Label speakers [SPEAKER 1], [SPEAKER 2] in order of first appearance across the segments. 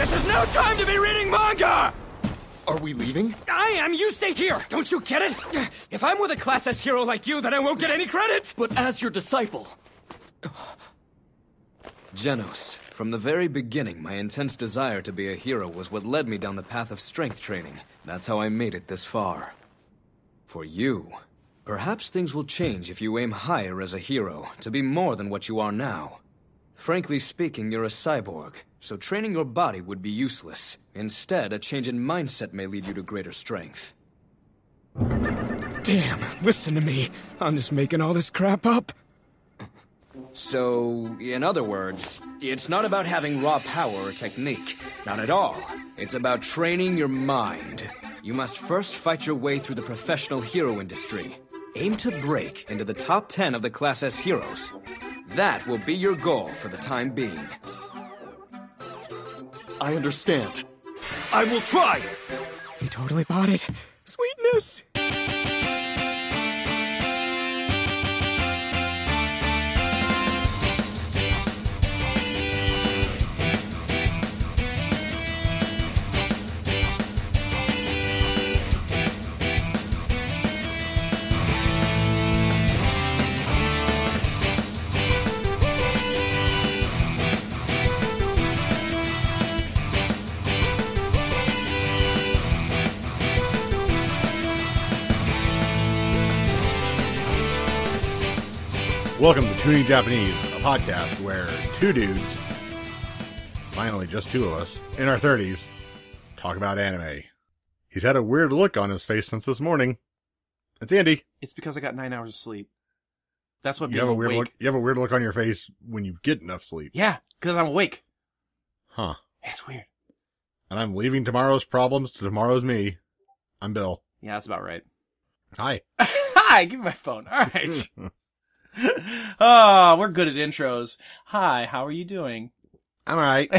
[SPEAKER 1] no time to be reading manga!
[SPEAKER 2] Are we leaving?
[SPEAKER 1] I am, you stay here! Don't you get it? If I'm with a Class S hero like you, then I won't get any credit!
[SPEAKER 3] But as your disciple.
[SPEAKER 4] Genos, from the very beginning, my intense desire to be a hero was what led me down the path of strength training. That's how I made it this far. For you, perhaps things will change if you aim higher as a hero, to be more than what you are now. Frankly speaking, you're a cyborg, so training your body would be useless. Instead, a change in mindset may lead you to greater strength.
[SPEAKER 2] Damn, listen to me. I'm just making all this crap up.
[SPEAKER 4] So, in other words, it's not about having raw power or technique. Not at all. It's about training your mind. You must first fight your way through the professional hero industry. Aim to break into the top 10 of the Class S heroes. That will be your goal for the time being.
[SPEAKER 2] I understand.
[SPEAKER 5] I will try!
[SPEAKER 2] He totally bought it. Sweetness!
[SPEAKER 6] Welcome to Tuning Japanese, a podcast where two dudes, finally just two of us, in our 30s, talk about anime. He's had a weird look on his face since this morning. It's Andy.
[SPEAKER 7] It's because I got nine hours of sleep. That's what
[SPEAKER 6] You have a
[SPEAKER 7] being
[SPEAKER 6] weird
[SPEAKER 7] awake-
[SPEAKER 6] look. You have a weird look on your face when you get enough sleep.
[SPEAKER 7] Yeah, because I'm awake.
[SPEAKER 6] Huh.
[SPEAKER 7] It's weird.
[SPEAKER 6] And I'm leaving tomorrow's problems to tomorrow's me. I'm Bill.
[SPEAKER 7] Yeah, that's about right.
[SPEAKER 6] Hi.
[SPEAKER 7] Hi, give me my phone. All right. oh, we're good at intros. Hi, how are you doing?
[SPEAKER 6] I'm alright.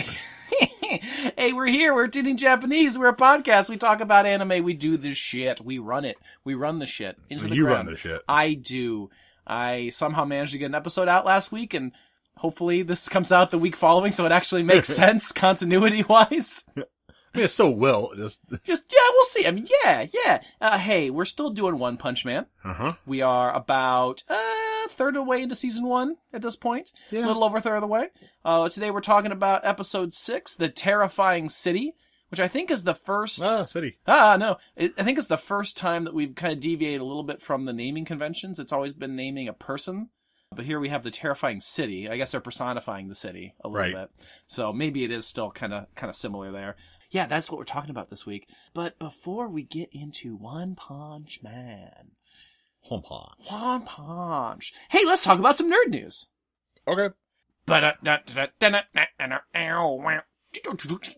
[SPEAKER 7] hey, we're here. We're tuning Japanese. We're a podcast. We talk about anime. We do this shit. We run it. We run the shit into the
[SPEAKER 6] You
[SPEAKER 7] ground.
[SPEAKER 6] run the shit.
[SPEAKER 7] I do. I somehow managed to get an episode out last week, and hopefully this comes out the week following, so it actually makes sense continuity wise.
[SPEAKER 6] I mean, it still will. it Just,
[SPEAKER 7] Just yeah, we'll see. I mean, yeah, yeah. Uh, hey, we're still doing One Punch Man.
[SPEAKER 6] uh huh.
[SPEAKER 7] We are about uh, third of the way into season one at this point.
[SPEAKER 6] Yeah.
[SPEAKER 7] A little over a third of the way. Uh, today we're talking about episode six, The Terrifying City, which I think is the first.
[SPEAKER 6] Ah, city.
[SPEAKER 7] Ah, no. I I think it's the first time that we've kind of deviated a little bit from the naming conventions. It's always been naming a person. But here we have the terrifying city. I guess they're personifying the city a little
[SPEAKER 6] Right.
[SPEAKER 7] bit. So maybe it is still kind of kind of similar there. Yeah, that's what we're talking about this week. But before we get into One Punch Man,
[SPEAKER 6] Home hot.
[SPEAKER 7] One Punch. Hey, let's talk about some nerd news.
[SPEAKER 6] Okay.
[SPEAKER 7] Did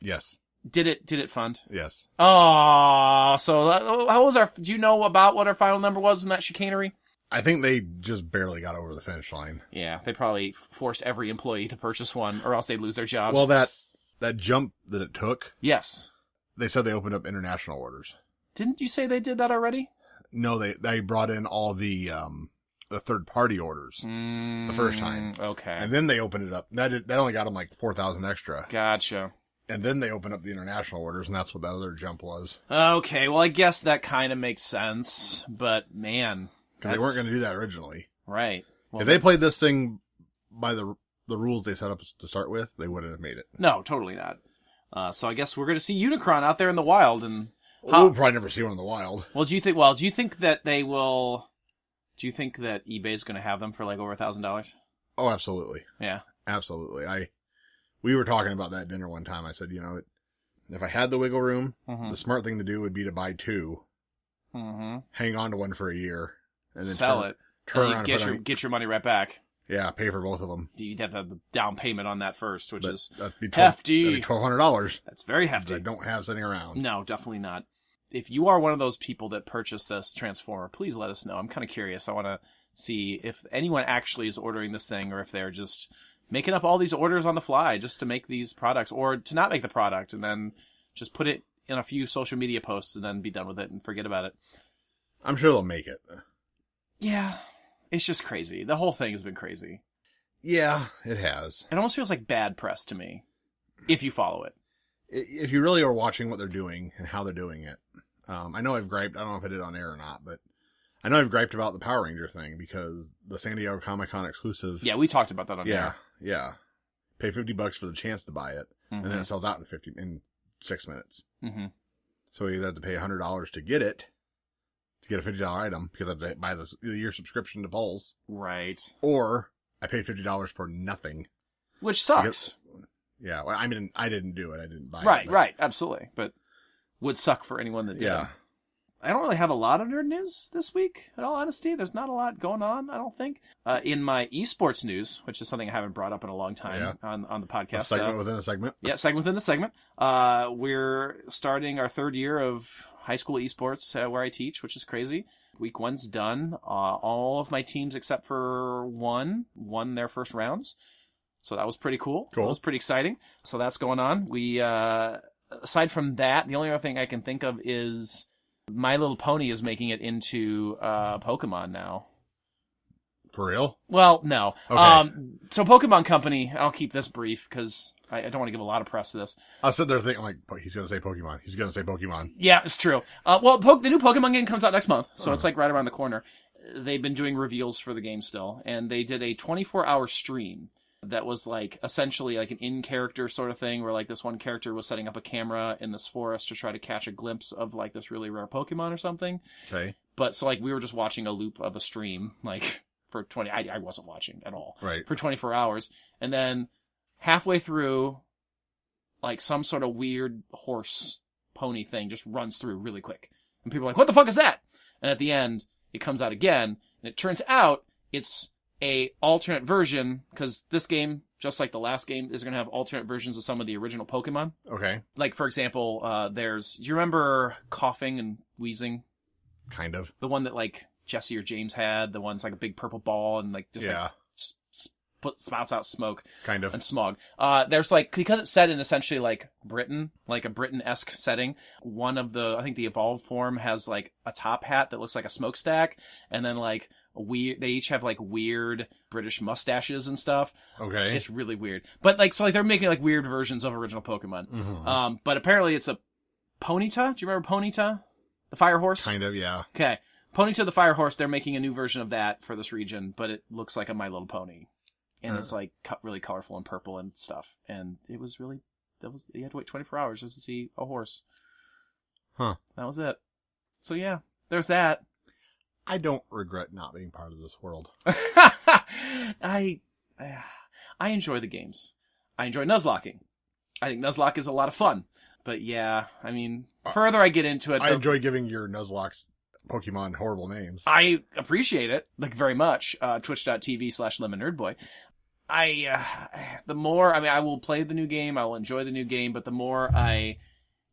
[SPEAKER 6] Yes.
[SPEAKER 7] it? Did it fund?
[SPEAKER 6] Yes.
[SPEAKER 7] Oh, so uh, how was our? Do you know about what our final number was in that chicanery?
[SPEAKER 6] I think they just barely got over the finish line.
[SPEAKER 7] Yeah, they probably forced every employee to purchase one, or else they'd lose their jobs.
[SPEAKER 6] Well, that that jump that it took,
[SPEAKER 7] yes.
[SPEAKER 6] they said they opened up international orders.
[SPEAKER 7] Didn't you say they did that already?
[SPEAKER 6] No, they they brought in all the um the third party orders,
[SPEAKER 7] The
[SPEAKER 6] first time.
[SPEAKER 7] Mm, Okay.
[SPEAKER 6] and then they opened it up. That did, that only got them like four thousand extra,
[SPEAKER 7] gotcha.
[SPEAKER 6] and then they opened up the international orders, and that's what that other jump was.
[SPEAKER 7] Okay. Well, I guess that kind of makes sense, but man,
[SPEAKER 6] Because they weren't
[SPEAKER 7] that's-
[SPEAKER 6] going to do that originally.
[SPEAKER 7] right. Well,
[SPEAKER 6] if they played this thing by the the rules they set up to start with, they wouldn't have made it.
[SPEAKER 7] no, totally not. Uh, so I guess we're gonna see Unicron out there in the wild, and
[SPEAKER 6] We'll probably never see one in the wild.
[SPEAKER 7] Well, do you think? Well, do you think that they will? Do you think that eBay's going to have them for like over a thousand dollars?
[SPEAKER 6] Oh, absolutely.
[SPEAKER 7] Yeah.
[SPEAKER 6] Absolutely. I, we were talking about that at dinner one time. I said, you know, it, if I had the wiggle room,
[SPEAKER 7] Mhm.
[SPEAKER 6] the smart thing to do would be to buy two,
[SPEAKER 7] Mm-hmm.
[SPEAKER 6] hang on to one for a year, and then
[SPEAKER 7] Sell
[SPEAKER 6] turn,
[SPEAKER 7] it.
[SPEAKER 6] Turn
[SPEAKER 7] and
[SPEAKER 6] around
[SPEAKER 7] you
[SPEAKER 6] and
[SPEAKER 7] get
[SPEAKER 6] put
[SPEAKER 7] your
[SPEAKER 6] on-
[SPEAKER 7] get your money right back.
[SPEAKER 6] yeah, pay for both of them.
[SPEAKER 7] You'd have to have the down payment on that first, which
[SPEAKER 6] But
[SPEAKER 7] is
[SPEAKER 6] that'd be
[SPEAKER 7] hefty.
[SPEAKER 6] Twelve hundred dollars
[SPEAKER 7] that's very
[SPEAKER 6] that I
[SPEAKER 7] hefty.
[SPEAKER 6] don't have sitting around.
[SPEAKER 7] No, definitely not. If you are one of those people that purchased this transformer, please let us know. I'm kind of curious. I want to see if anyone actually is ordering this thing, or if they're just making up all these orders on the fly just to make these products, or to not make the product and then just put it in a few social media posts and then be done with it and forget about it.
[SPEAKER 6] I'm sure they'll make it.
[SPEAKER 7] Yeah, it's just crazy. The whole thing has been crazy.
[SPEAKER 6] Yeah, it has.
[SPEAKER 7] It almost feels like bad press to me if you follow it.
[SPEAKER 6] i- if you really are watching what they're doing and how they're doing it. Um, I know I've griped. I don't know if I did on air or not, but I know I've griped about the Power Ranger thing because the San Diego Comic Con exclusive.
[SPEAKER 7] Yeah, we talked about that on
[SPEAKER 6] yeah,
[SPEAKER 7] air.
[SPEAKER 6] yeah. Pay fifty bucks for the chance to buy it, and
[SPEAKER 7] Mm-hmm.
[SPEAKER 6] then it sells out in fifty in six minutes.
[SPEAKER 7] hmm
[SPEAKER 6] So you have to pay hundred dollars to get it, to get a fifty dollar item because I have to buy this year subscription to Pulse,
[SPEAKER 7] Right.
[SPEAKER 6] or I paid fifty dollars for nothing.
[SPEAKER 7] Which sucks.
[SPEAKER 6] Yeah, well, I mean, I didn't do it. I didn't buy
[SPEAKER 7] right,
[SPEAKER 6] it. but-
[SPEAKER 7] right, absolutely. But would suck for anyone that did.
[SPEAKER 6] Yeah.
[SPEAKER 7] I don't really have a lot of nerd news this week, in all honesty. There's not a lot going on, I don't think. Uh, in my esports news, which is something I haven't brought up in a long time
[SPEAKER 6] Yeah.
[SPEAKER 7] on, on the
[SPEAKER 6] A
[SPEAKER 7] podcast.
[SPEAKER 6] segment
[SPEAKER 7] uh,
[SPEAKER 6] within a segment.
[SPEAKER 7] yeah, segment within the segment. Uh, we're starting our third year of high school esports uh, where I teach, which is crazy. Week one's done. Uh, all of my teams except for one won their first rounds, so that was pretty cool.
[SPEAKER 6] Cool.
[SPEAKER 7] That was pretty exciting. So that's going on. We uh, aside from that, the only other thing I can think of is My Little Pony is making it into uh, Pokemon now.
[SPEAKER 6] For real?
[SPEAKER 7] Well, no.
[SPEAKER 6] Okay.
[SPEAKER 7] Um, so Pokemon Company. I'll keep this brief because I, I don't want to give a lot of press to this.
[SPEAKER 6] I sit there thinking, like, "Po- he's going to say Pokemon. He's going to say Pokemon.
[SPEAKER 7] Yeah, it's true. Uh, well, po- the new Pokemon game comes out next month, so it's like right around the corner. They've been doing reveals for the game still, and they did a 24 hour stream that was like essentially like an in character sort of thing where like this one character was setting up a camera in this forest to try to catch a glimpse of like this really rare Pokemon or something.
[SPEAKER 6] Okay.
[SPEAKER 7] But so like we were just watching a loop of a stream like for 20, I, I wasn't watching at all
[SPEAKER 6] Right.
[SPEAKER 7] for 24 hours. And then halfway through, like some sort of weird horse pony thing just runs through really quick. And people are like, what the fuck is that? And at the end, it comes out again. And it turns out it's a alternate version because this game, just like the last game, is going to have alternate versions of some of the original Pokemon.
[SPEAKER 6] Okay.
[SPEAKER 7] Like, for example, uh, there's, do you remember coughing and wheezing?
[SPEAKER 6] Kind of.
[SPEAKER 7] The one that like Jesse or James had, the one's like a big purple ball and like just
[SPEAKER 6] yeah.
[SPEAKER 7] like s- s- put, spouts out smoke
[SPEAKER 6] kind of.
[SPEAKER 7] and smog. Uh, there's like because it's set in essentially like Britain, like a Britain-esque setting. One of the I think the evolved form has like a top hat that looks like a smokestack, and then like we they each have like weird British mustaches and stuff.
[SPEAKER 6] Okay.
[SPEAKER 7] It's really weird, but like so like they're making like weird versions of original Pokemon.
[SPEAKER 6] Mhm.
[SPEAKER 7] Um, but apparently it's a Ponyta. Do you remember Ponyta, the fire horse?
[SPEAKER 6] kind of. Yeah.
[SPEAKER 7] Okay. Ponyta the Fire Horse, they're making a new version of that for this region, but it looks like a My Little Pony. And
[SPEAKER 6] Uh.
[SPEAKER 7] it's like cut really colorful and purple and stuff. And it was really, that was, you had to wait 24 hours just to see a horse.
[SPEAKER 6] Huh.
[SPEAKER 7] That was it. So yeah, there's that.
[SPEAKER 6] I don't regret not being part of this world.
[SPEAKER 7] I, I enjoy the games. I enjoy Nuzlocking. I think Nuzlocke is a lot of fun. But yeah, I mean, further I get into it,
[SPEAKER 6] I
[SPEAKER 7] the-
[SPEAKER 6] enjoy giving your Nuzlocke's Pokemon horrible names.
[SPEAKER 7] I appreciate it like very much. Uh, Twitch.tv slash Lemon Nerd Boy. I uh, the more I mean, I will play the new game. I will enjoy the new game, but the more I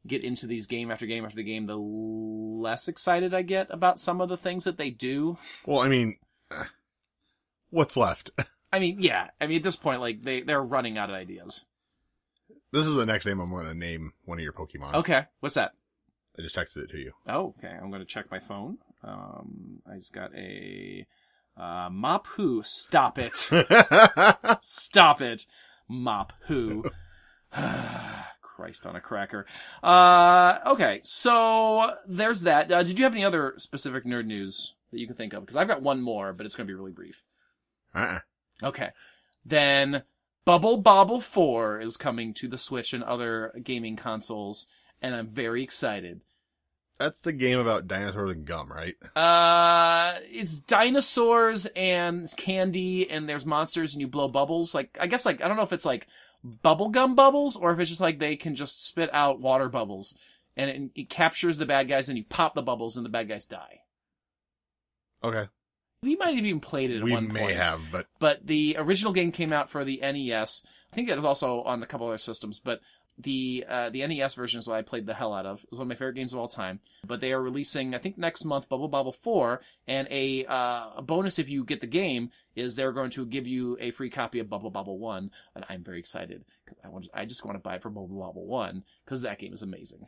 [SPEAKER 7] get into these game after game after game, the less excited I get about some of the things that they do.
[SPEAKER 6] Well, I mean, eh, what's left?
[SPEAKER 7] I mean, yeah. I mean, at this point, like they they're running out of ideas.
[SPEAKER 6] this is the next name I'm going to name one of your Pokemon.
[SPEAKER 7] Okay, what's that?
[SPEAKER 6] I just texted it to you.
[SPEAKER 7] Oh, okay. I'm gonna check my phone. Um, I just got a uh, mop. Who? Stop it. Stop it, mop who. Christ on a cracker. Uh, okay, so there's that. Uh, did you have any other specific nerd news that you can think of? Because I've got one more, but it's going to be really brief.
[SPEAKER 6] uh-uh.
[SPEAKER 7] Okay, then Bubble Bobble 4 is coming to the Switch and other gaming consoles, and I'm very excited.
[SPEAKER 6] That's the game about dinosaurs and gum, right?
[SPEAKER 7] Uh, it's dinosaurs and it's candy and there's monsters and you blow bubbles. Like, I guess like, I don't know if it's like bubblegum bubbles or if it's just like they can just spit out water bubbles and it, it captures the bad guys and you pop the bubbles and the bad guys die.
[SPEAKER 6] Okay.
[SPEAKER 7] We might have even played it at
[SPEAKER 6] We
[SPEAKER 7] one
[SPEAKER 6] may
[SPEAKER 7] point.
[SPEAKER 6] have, but
[SPEAKER 7] But the original game came out for the NES. I think it was also on a couple other systems, but the uh, the NES version is what I played the hell out of. It was one of my favorite games of all time. But they are releasing, I think next month, Bubble Bobble 4, and a, uh, a bonus if you get the game is they're going to give you a free copy of Bubble Bobble 1, and I'm very excited because I want I just want to buy it for Bubble Bobble 1 because that game is amazing.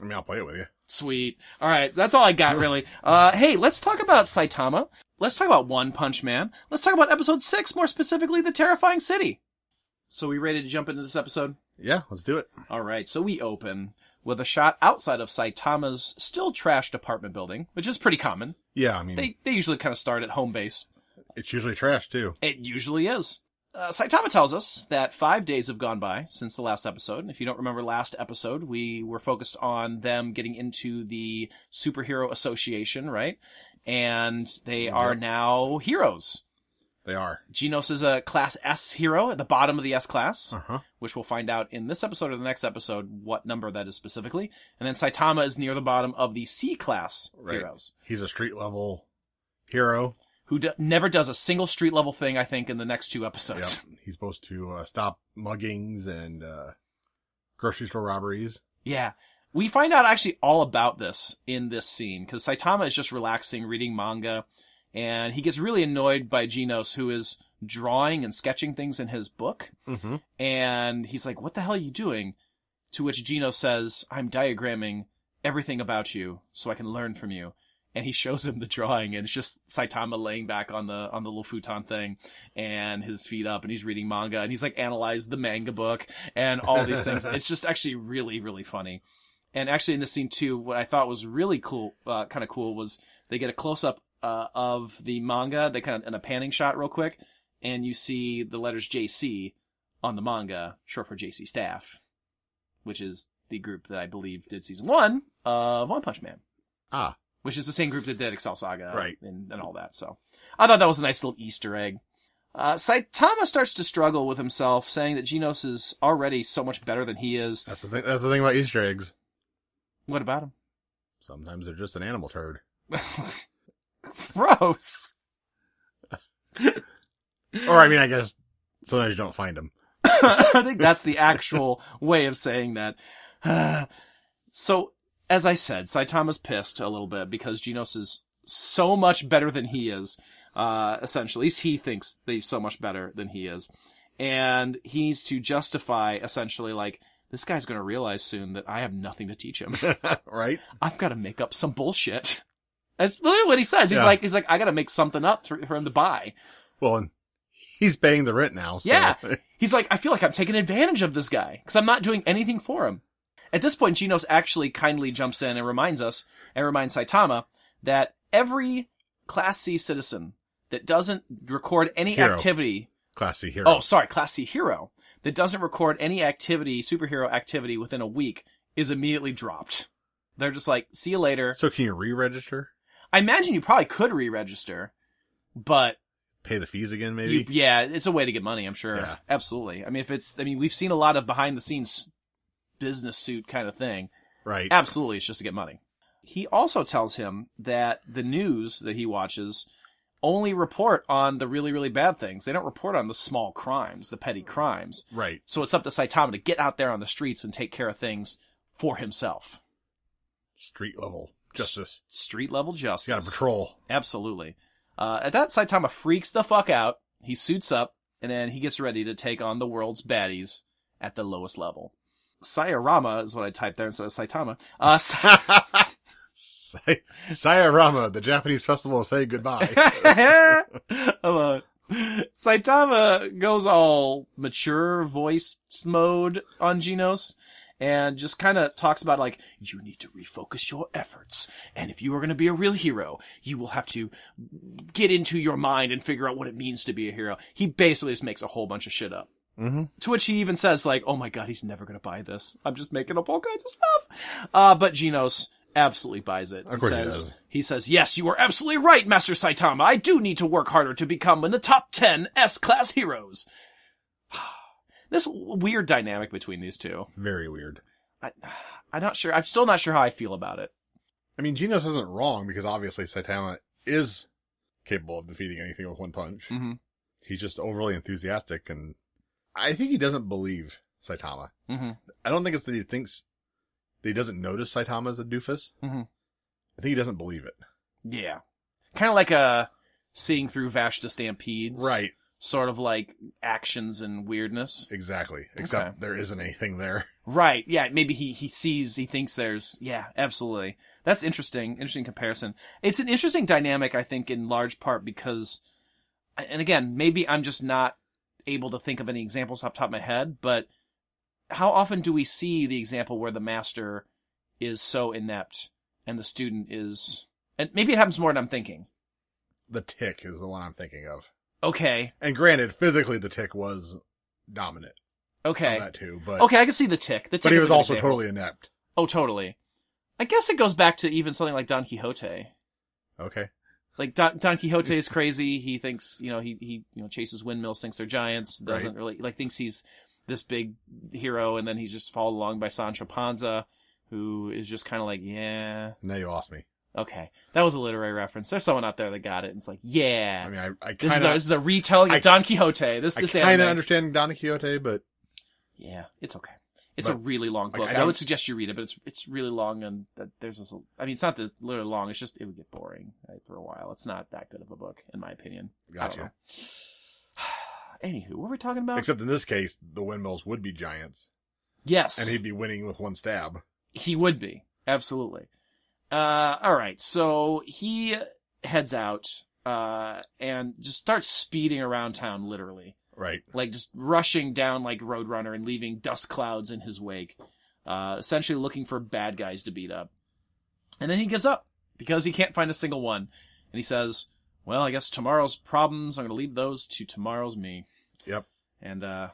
[SPEAKER 6] I mean, I'll play it with you.
[SPEAKER 7] Sweet. All right, that's all I got really. Uh, hey, let's talk about Saitama. Let's talk about One Punch Man. Let's talk about episode six, more specifically, the terrifying city. So we ready to jump into this episode?
[SPEAKER 6] Yeah, let's do it.
[SPEAKER 7] All right, so we open with a shot outside of Saitama's still trashed apartment building, which is pretty common.
[SPEAKER 6] Yeah, I mean,
[SPEAKER 7] They they usually kind of start at home base.
[SPEAKER 6] it's usually trash too.
[SPEAKER 7] It usually is. Uh, Saitama tells us that five days have gone by since the last episode. And If you don't remember last episode, we were focused on them getting into the superhero association, right? And they are now heroes.
[SPEAKER 6] They are.
[SPEAKER 7] Genos is a class S hero at the bottom of the S class,
[SPEAKER 6] Uh-huh.
[SPEAKER 7] which we'll find out in this episode or the next episode what number that is specifically. And then Saitama is near the bottom of the C class heroes,
[SPEAKER 6] He's a street level hero.
[SPEAKER 7] who d- never does a single street level thing, I think, in the next two
[SPEAKER 6] Yep.
[SPEAKER 7] episodes.
[SPEAKER 6] He's supposed to uh, stop muggings and uh, grocery store robberies.
[SPEAKER 7] Yeah. We find out actually all about this in this scene because Saitama is just relaxing, reading manga, and he gets really annoyed by Genos, who is drawing and sketching things in his book.
[SPEAKER 6] Mm-hmm.
[SPEAKER 7] And he's like, What the hell are you doing? To which Genos says, I'm diagramming everything about you so I can learn from you. And he shows him the drawing, and it's just Saitama laying back on the on the little futon thing, and his feet up, and he's reading manga, and he's like analyzed the manga book and all these things. It's just actually really, really funny. And actually, in this scene too, what I thought was really cool, uh, kind of cool, was they get a close up uh, of the manga. They kind of in a panning shot, real quick, and you see the letters JC on the manga, short for JC Staff, which is the group that I believe did season one of One Punch Man,
[SPEAKER 6] Ah,
[SPEAKER 7] which is the same group that did Excel Saga,
[SPEAKER 6] Right.
[SPEAKER 7] and, and all that. So I thought that was a nice little Easter egg. Uh, Saitama starts to struggle with himself, saying that Genos is already so much better than he is.
[SPEAKER 6] that's the thing. That's the thing about Easter eggs.
[SPEAKER 7] What about him?
[SPEAKER 6] Sometimes they're just an animal turd.
[SPEAKER 7] Gross.
[SPEAKER 6] Or I mean, I guess sometimes you don't find them.
[SPEAKER 7] I think that's the actual way of saying that. so, as I said, Saitama's pissed a little bit because Genos is so much better than he is. Uh, essentially, at least he thinks that he's so much better than he is, and he needs to justify essentially like this guy's going to realize soon that I have nothing to teach him.
[SPEAKER 6] right?
[SPEAKER 7] I've got to make up some bullshit. That's literally what he says. He's
[SPEAKER 6] Yeah.
[SPEAKER 7] like, he's like, I got to make something up for, for him to buy.
[SPEAKER 6] Well, and he's paying the rent now. So.
[SPEAKER 7] Yeah. He's like, I feel like I'm taking advantage of this guy because I'm not doing anything for him. At this point, Genos actually kindly jumps in and reminds us and reminds Saitama that every Class C citizen that doesn't record any
[SPEAKER 6] Hero.
[SPEAKER 7] activity,
[SPEAKER 6] Classy hero.
[SPEAKER 7] oh, sorry, Class C hero that doesn't record any activity, superhero activity within a week is immediately dropped. They're just like, see you later.
[SPEAKER 6] so can you re-register?
[SPEAKER 7] I imagine you probably could re-register, but
[SPEAKER 6] Pay the fees again,
[SPEAKER 7] you-
[SPEAKER 6] maybe?
[SPEAKER 7] yeah, it's a way to get money, I'm sure.
[SPEAKER 6] Yeah.
[SPEAKER 7] Absolutely. I mean, if it's, I mean, we've seen a lot of behind the scenes business suit kind of thing.
[SPEAKER 6] right.
[SPEAKER 7] Absolutely, it's just to get money. He also tells him that the news that he watches only report on the really, really bad things. They don't report on the small crimes, the petty crimes.
[SPEAKER 6] Right.
[SPEAKER 7] So it's up to Saitama to get out there on the streets and take care of things for himself.
[SPEAKER 6] Street level justice.
[SPEAKER 7] Street level justice.
[SPEAKER 6] You got to patrol.
[SPEAKER 7] Absolutely. Uh, at that, Saitama freaks the fuck out. He suits up, and then he gets ready to take on the world's baddies at the lowest level. Sayarama is what I typed there instead of Saitama. Uh, Sa-
[SPEAKER 6] Say- Sayarama, the Japanese festival, is saying goodbye.
[SPEAKER 7] Hello. Saitama goes all mature voice mode on Genos and just kind of talks about like, you need to refocus your efforts. And if you are going to be a real hero, you will have to get into your mind and figure out what it means to be a hero. He basically just makes a whole bunch of shit up.
[SPEAKER 6] Mm-hmm.
[SPEAKER 7] To which he even says, like, oh my god, he's never gonna buy this. I'm just making up all kinds of stuff. Uh, but Genos absolutely buys it. Of
[SPEAKER 6] course he
[SPEAKER 7] says,
[SPEAKER 6] does.
[SPEAKER 7] He says, yes, you are absolutely right, Master Saitama. I do need to work harder to become in the top 10 S-class heroes. this w- weird dynamic between these two.
[SPEAKER 6] Very weird.
[SPEAKER 7] I, I'm not sure. I'm still not sure how I feel about it.
[SPEAKER 6] I mean, Genos isn't wrong because obviously Saitama is capable of defeating anything with one punch.
[SPEAKER 7] Mhm.
[SPEAKER 6] He's just overly enthusiastic and I think he doesn't believe Saitama.
[SPEAKER 7] Mm-hmm.
[SPEAKER 6] I don't think it's that he thinks that he doesn't notice Saitama as a doofus.
[SPEAKER 7] Mhm.
[SPEAKER 6] I think he doesn't believe it.
[SPEAKER 7] Yeah. Kind of like a seeing through Vashta Stampedes. Sort of like actions and weirdness.
[SPEAKER 6] Exactly. Except there isn't anything there.
[SPEAKER 7] Right. Yeah. Maybe he, he sees, he thinks there's, yeah, absolutely. That's interesting. Interesting comparison. It's an interesting dynamic, I think, in large part because, and again, maybe I'm just not able to think of any examples off the top of my head, but how often do we see the example where the master is so inept and the student is and maybe it happens more than I'm thinking.
[SPEAKER 6] The tick is the one I'm thinking of.
[SPEAKER 7] Okay.
[SPEAKER 6] And granted, physically the tick was dominant.
[SPEAKER 7] Okay.
[SPEAKER 6] on that too, but
[SPEAKER 7] Okay, I can see the tick. The tick
[SPEAKER 6] but he
[SPEAKER 7] is a
[SPEAKER 6] was
[SPEAKER 7] good
[SPEAKER 6] also
[SPEAKER 7] example.
[SPEAKER 6] totally inept.
[SPEAKER 7] Oh, totally. I guess it goes back to even something like Don Quixote.
[SPEAKER 6] Okay.
[SPEAKER 7] Like Don, Don Quixote is crazy. He thinks you know he he you know chases windmills, thinks they're giants. Doesn't
[SPEAKER 6] Right.
[SPEAKER 7] really like thinks he's this big hero, and then he's just followed along by Sancho Panza, who is just kind of like yeah
[SPEAKER 6] Now you lost me.
[SPEAKER 7] okay that was a literary reference. There's someone out there that got it. And it's like yeah.
[SPEAKER 6] I mean, I, I
[SPEAKER 7] this is,
[SPEAKER 6] kind
[SPEAKER 7] a, this
[SPEAKER 6] of
[SPEAKER 7] is a retelling of
[SPEAKER 6] I-
[SPEAKER 7] Don Quixote. This
[SPEAKER 6] I
[SPEAKER 7] this
[SPEAKER 6] kind of
[SPEAKER 7] anime.
[SPEAKER 6] understand Don Quixote, but
[SPEAKER 7] Yeah, it's okay. It's a
[SPEAKER 6] But,
[SPEAKER 7] really long
[SPEAKER 6] like,
[SPEAKER 7] book.
[SPEAKER 6] I
[SPEAKER 7] and I, would
[SPEAKER 6] don't-
[SPEAKER 7] suggest you read it, but it's it's really long and that there's this. I mean, it's not this literally long. It's just it would get boring right, for a while. It's not that good of a book, in my opinion. I don't
[SPEAKER 6] Gotcha.
[SPEAKER 7] know. Anywho, what were we talking about?
[SPEAKER 6] except in this case, the windmills would be giants,
[SPEAKER 7] yes,
[SPEAKER 6] and he'd be winning with one stab.
[SPEAKER 7] He would be. Absolutely. Uh, all right. So he heads out, uh, and just starts speeding around town, literally.
[SPEAKER 6] Right.
[SPEAKER 7] Like just rushing down like Roadrunner and leaving dust clouds in his wake. Uh, essentially looking for bad guys to beat up. And then he gives up because he can't find a single one. And he says, well, I guess tomorrow's problems, I'm going to leave those to tomorrow's me.
[SPEAKER 6] Yep.
[SPEAKER 7] And uh,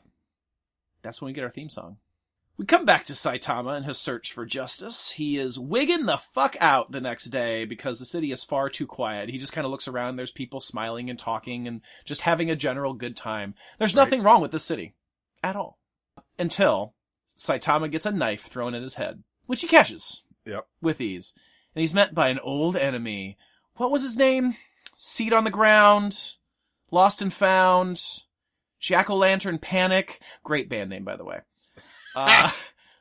[SPEAKER 7] that's when we get our theme song. We come back to Saitama and his search for justice. He is wigging the fuck out the next day because the city is far too quiet. He just kind of looks around. There's people smiling and talking and just having a general good time. There's
[SPEAKER 6] Right.
[SPEAKER 7] nothing wrong with the city at all. Until Saitama gets a knife thrown at his head, which he catches
[SPEAKER 6] Yep.
[SPEAKER 7] with ease. And he's met by an old enemy. What was his name? Seat on the ground. Lost and Found, Jack O' Lantern Panic. Great band name, by the way. Uh,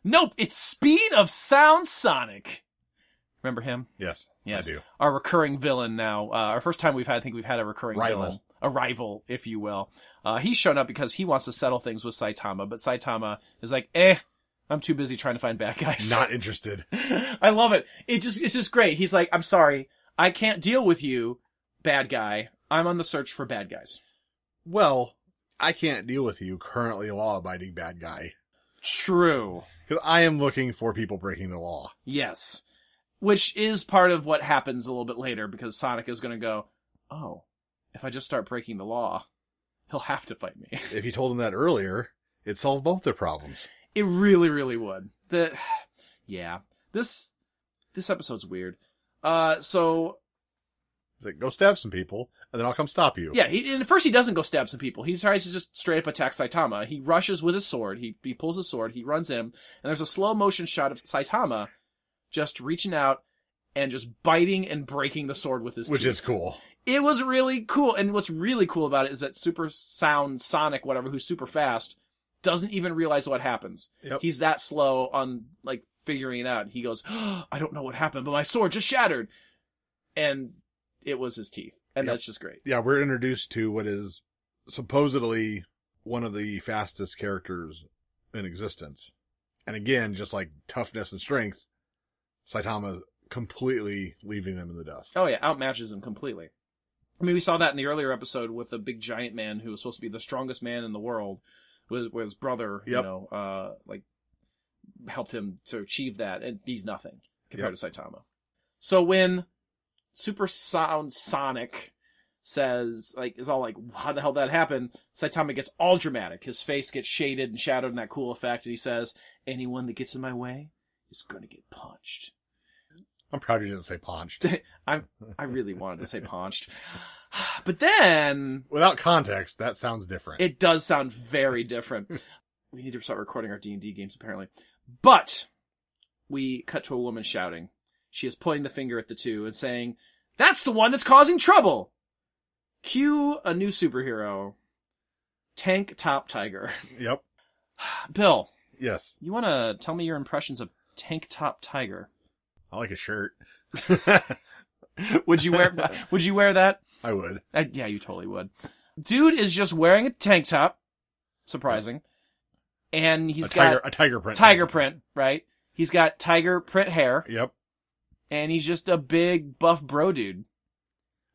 [SPEAKER 7] nope, it's Speed of Sound Sonic. Remember him?
[SPEAKER 6] Yes.
[SPEAKER 7] Yes.
[SPEAKER 6] I do.
[SPEAKER 7] Our recurring villain now. Uh, our first time we've had, I think we've had a recurring
[SPEAKER 6] Rival.
[SPEAKER 7] villain. A rival, if you will. Uh, he's shown up because he wants to settle things with Saitama, but Saitama is like, eh, I'm too busy trying to find bad guys.
[SPEAKER 6] Not interested.
[SPEAKER 7] I love it. It just it's just great. He's like, I'm sorry, I can't deal with you, bad guy. I'm on the search for bad guys.
[SPEAKER 6] Well, I can't deal with you, currently law-abiding bad guy,
[SPEAKER 7] True.
[SPEAKER 6] because I am looking for people breaking the law.
[SPEAKER 7] Yes. Which is part of what happens a little bit later because Sonic is going to go, "Oh, if I just start breaking the law, he'll have to fight me."
[SPEAKER 6] If you told him that earlier, it solved both their problems.
[SPEAKER 7] It really, really would. The yeah. This this episode's weird. Uh so
[SPEAKER 6] He's like, go stab some people, and then I'll come stop you.
[SPEAKER 7] Yeah, he, and at first he doesn't go stab some people. He tries to just straight up attack Saitama. He rushes with his sword. He he pulls his sword. He runs in, and there's a slow motion shot of Saitama just reaching out and just biting and breaking the sword with his
[SPEAKER 6] Which
[SPEAKER 7] teeth.
[SPEAKER 6] is cool.
[SPEAKER 7] it was really cool. And what's really cool about it is that Super Sound Sonic, whatever, who's super fast, doesn't even realize what happens.
[SPEAKER 6] Yep.
[SPEAKER 7] He's that slow on like figuring it out. He goes, "Oh, I don't know what happened, but my sword just shattered, and it was his teeth, and
[SPEAKER 6] Yep.
[SPEAKER 7] that's just great.
[SPEAKER 6] yeah, we're introduced to what is supposedly one of the fastest characters in existence. And again, just like toughness and strength, Saitama's completely leaving them in the dust.
[SPEAKER 7] Oh yeah, outmatches him completely. I mean, we saw that in the earlier episode with the big giant man who was supposed to be the strongest man in the world, with, with his brother, you
[SPEAKER 6] Yep.
[SPEAKER 7] know, uh, like helped him to achieve that, and he's nothing compared to Saitama. So when Super Sound Sonic says, like, is all like, how the hell that happened? Saitama gets all dramatic. His face gets shaded and shadowed in that cool effect, and he says, "Anyone that gets in my way is gonna get punched."
[SPEAKER 6] I'm proud you didn't say paunched.
[SPEAKER 7] I'm, I really wanted to say paunched. But then
[SPEAKER 6] Without context, that sounds different.
[SPEAKER 7] it does sound very different. we need to start recording our D&D games apparently. But we cut to a woman shouting. She is pointing the finger at the two and saying, "That's the one that's causing trouble." Cue a new superhero. Tank Top Tiger.
[SPEAKER 6] yep.
[SPEAKER 7] Bill,
[SPEAKER 6] Yes.
[SPEAKER 7] you want to tell me your impressions of Tank Top Tiger?
[SPEAKER 6] I like a shirt.
[SPEAKER 7] Would you wear would you wear that?
[SPEAKER 6] I would.
[SPEAKER 7] Uh, yeah, you totally would. Dude is just wearing a tank top. Surprising. And he's
[SPEAKER 6] a tiger,
[SPEAKER 7] got
[SPEAKER 6] a tiger print.
[SPEAKER 7] tiger print, right? He's got tiger print hair
[SPEAKER 6] Yep.
[SPEAKER 7] and he's just a big buff bro dude.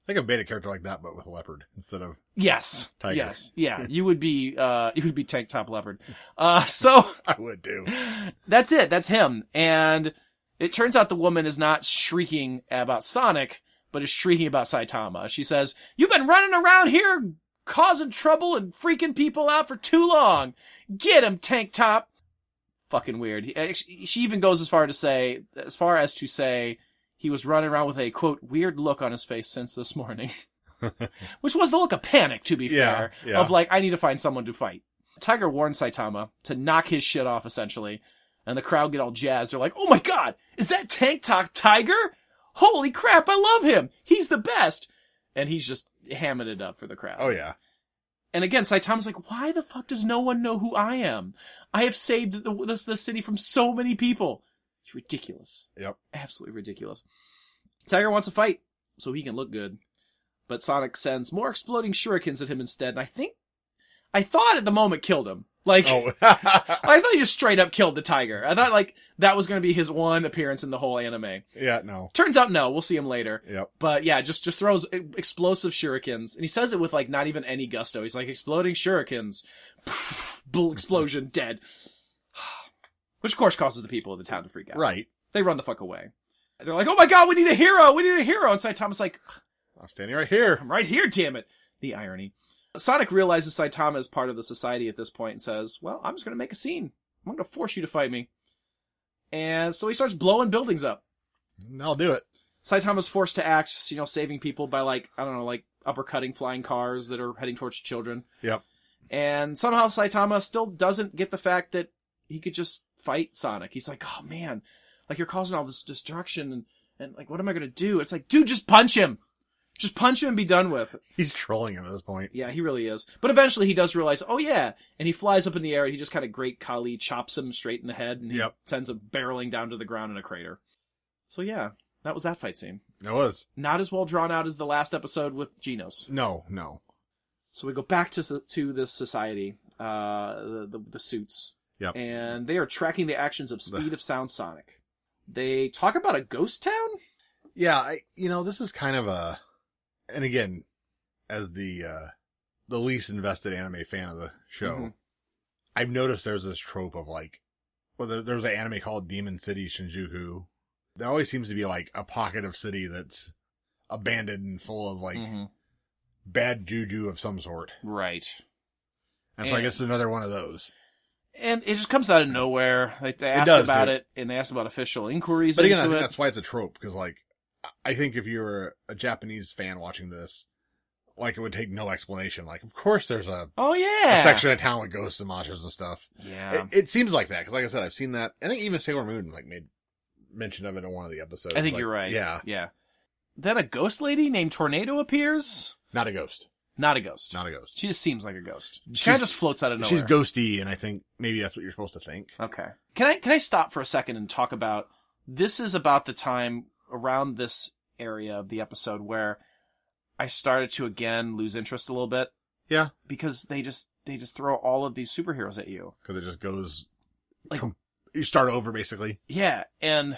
[SPEAKER 6] think I've made a character like that, but with a leopard instead of
[SPEAKER 7] Yes.
[SPEAKER 6] Tiger.
[SPEAKER 7] Yes. Yeah. you would be uh you would be tank top leopard. Uh so
[SPEAKER 6] I would do.
[SPEAKER 7] that's it. That's him. And it turns out the woman is not shrieking about Sonic, but is shrieking about Saitama. She says, "You've been running around here causing trouble and freaking people out for too long. Get him, tank top." Fucking weird. He- eh, She she even goes as far to say, as far as to say, he was running around with a quote weird look on his face since this morning, which was the look of panic, to be
[SPEAKER 6] Yeah,
[SPEAKER 7] fair,
[SPEAKER 6] yeah.
[SPEAKER 7] of like I need to find someone to fight. Tiger warns Saitama to knock his shit off essentially, and the crowd get all jazzed. They're like, "Oh my god, is that Tank Top Tiger? Holy crap, I love him. He's the best." And he's just hamming it up for the crowd.
[SPEAKER 6] Oh yeah.
[SPEAKER 7] And again, Saitama's like, "Why the fuck does no one know who I am? I have saved the, this the city from so many people. It's ridiculous,
[SPEAKER 6] Yep.
[SPEAKER 7] absolutely ridiculous." Tiger wants to fight so he can look good, but Sonic sends more exploding shurikens at him instead. And I think, I thought at the moment killed him. Like,
[SPEAKER 6] Oh.
[SPEAKER 7] I thought he just straight up killed the tiger. I thought like that was going to be his one appearance in the whole anime.
[SPEAKER 6] yeah. No.
[SPEAKER 7] Turns out no, we'll see him later.
[SPEAKER 6] Yep.
[SPEAKER 7] But yeah, just just throws e- explosive shurikens, and he says it with like not even any gusto. He's like exploding shurikens, Bl- explosion, dead. Which of course causes the people of the town to freak out.
[SPEAKER 6] Right.
[SPEAKER 7] They run the fuck away. They're like, "Oh my god, we need a hero! We need a hero!" And Saitama's like,
[SPEAKER 6] I'm standing right here.
[SPEAKER 7] I'm right here, damn it. The irony. Sonic realizes Saitama is part of the society at this point and says, Well, I'm just going to make a scene. I'm going to force you to fight me. And so he starts blowing buildings up.
[SPEAKER 6] I'll do it.
[SPEAKER 7] Saitama's forced to act, you know, saving people by like, I don't know, like uppercutting flying cars that are heading towards children.
[SPEAKER 6] Yep.
[SPEAKER 7] And somehow Saitama still doesn't get the fact that he could just fight Sonic. He's like, oh man, like you're causing all this destruction and, and like, what am I going to do? It's like, dude, just punch him. Just punch him and be done with.
[SPEAKER 6] He's trolling him at this point.
[SPEAKER 7] Yeah, he really is. But eventually he does realize, oh yeah, and he flies up in the air and he just kind of great Kali chops him straight in the head and he
[SPEAKER 6] Yep.
[SPEAKER 7] sends him barreling down to the ground in a crater. So yeah, that was that fight scene.
[SPEAKER 6] That was
[SPEAKER 7] Not as well drawn out as the last episode with Genos.
[SPEAKER 6] no, no.
[SPEAKER 7] So we go back to s- to this society, uh, the, the the suits,
[SPEAKER 6] Yep.
[SPEAKER 7] and they are tracking the actions of Speed of Sound Sonic. They talk about a ghost town.
[SPEAKER 6] Yeah, I, you know, this is kind of a, and again, as the, uh, the least invested anime fan of the show,
[SPEAKER 7] Mhm.
[SPEAKER 6] I've noticed there's this trope of like, well, there, there's an anime called Demon City Shinjuku. There always seems to be like a pocket of city that's abandoned and full of like
[SPEAKER 7] Mm-hmm.
[SPEAKER 6] bad juju of some sort.
[SPEAKER 7] Right.
[SPEAKER 6] And so I
[SPEAKER 7] And-
[SPEAKER 6] guess it's another one of those.
[SPEAKER 7] And it just comes out of nowhere. Like they asked
[SPEAKER 6] does,
[SPEAKER 7] about
[SPEAKER 6] dude.
[SPEAKER 7] it, and they asked about official inquiries
[SPEAKER 6] But again, I
[SPEAKER 7] into
[SPEAKER 6] think
[SPEAKER 7] it.
[SPEAKER 6] that's why it's a trope because like, I- I think if you're a Japanese fan watching this, like it would take no explanation. Like, of course there's a
[SPEAKER 7] Oh yeah,
[SPEAKER 6] a section of town with ghosts and monsters and stuff.
[SPEAKER 7] Yeah,
[SPEAKER 6] It, it seems like that because, like I said, I've seen that. I think even Sailor Moon like made mention of it in one of the episodes.
[SPEAKER 7] I think
[SPEAKER 6] Like,
[SPEAKER 7] you're right.
[SPEAKER 6] Yeah,
[SPEAKER 7] yeah. Then a ghost lady named Tornado appears.
[SPEAKER 6] not a ghost,
[SPEAKER 7] Not a ghost.
[SPEAKER 6] not a ghost.
[SPEAKER 7] She just seems like a ghost. She
[SPEAKER 6] She's-
[SPEAKER 7] kind of just floats out of nowhere.
[SPEAKER 6] She's ghosty, and I think maybe that's what you're supposed to think.
[SPEAKER 7] Okay. Can I can I stop for a second and talk about this is about the time around this area of the episode where I started to again lose interest a little bit
[SPEAKER 6] Yeah,
[SPEAKER 7] because they just they just throw all of these superheroes at you.
[SPEAKER 6] because it just goes.
[SPEAKER 7] Like-
[SPEAKER 6] com- you start over basically.
[SPEAKER 7] Yeah, and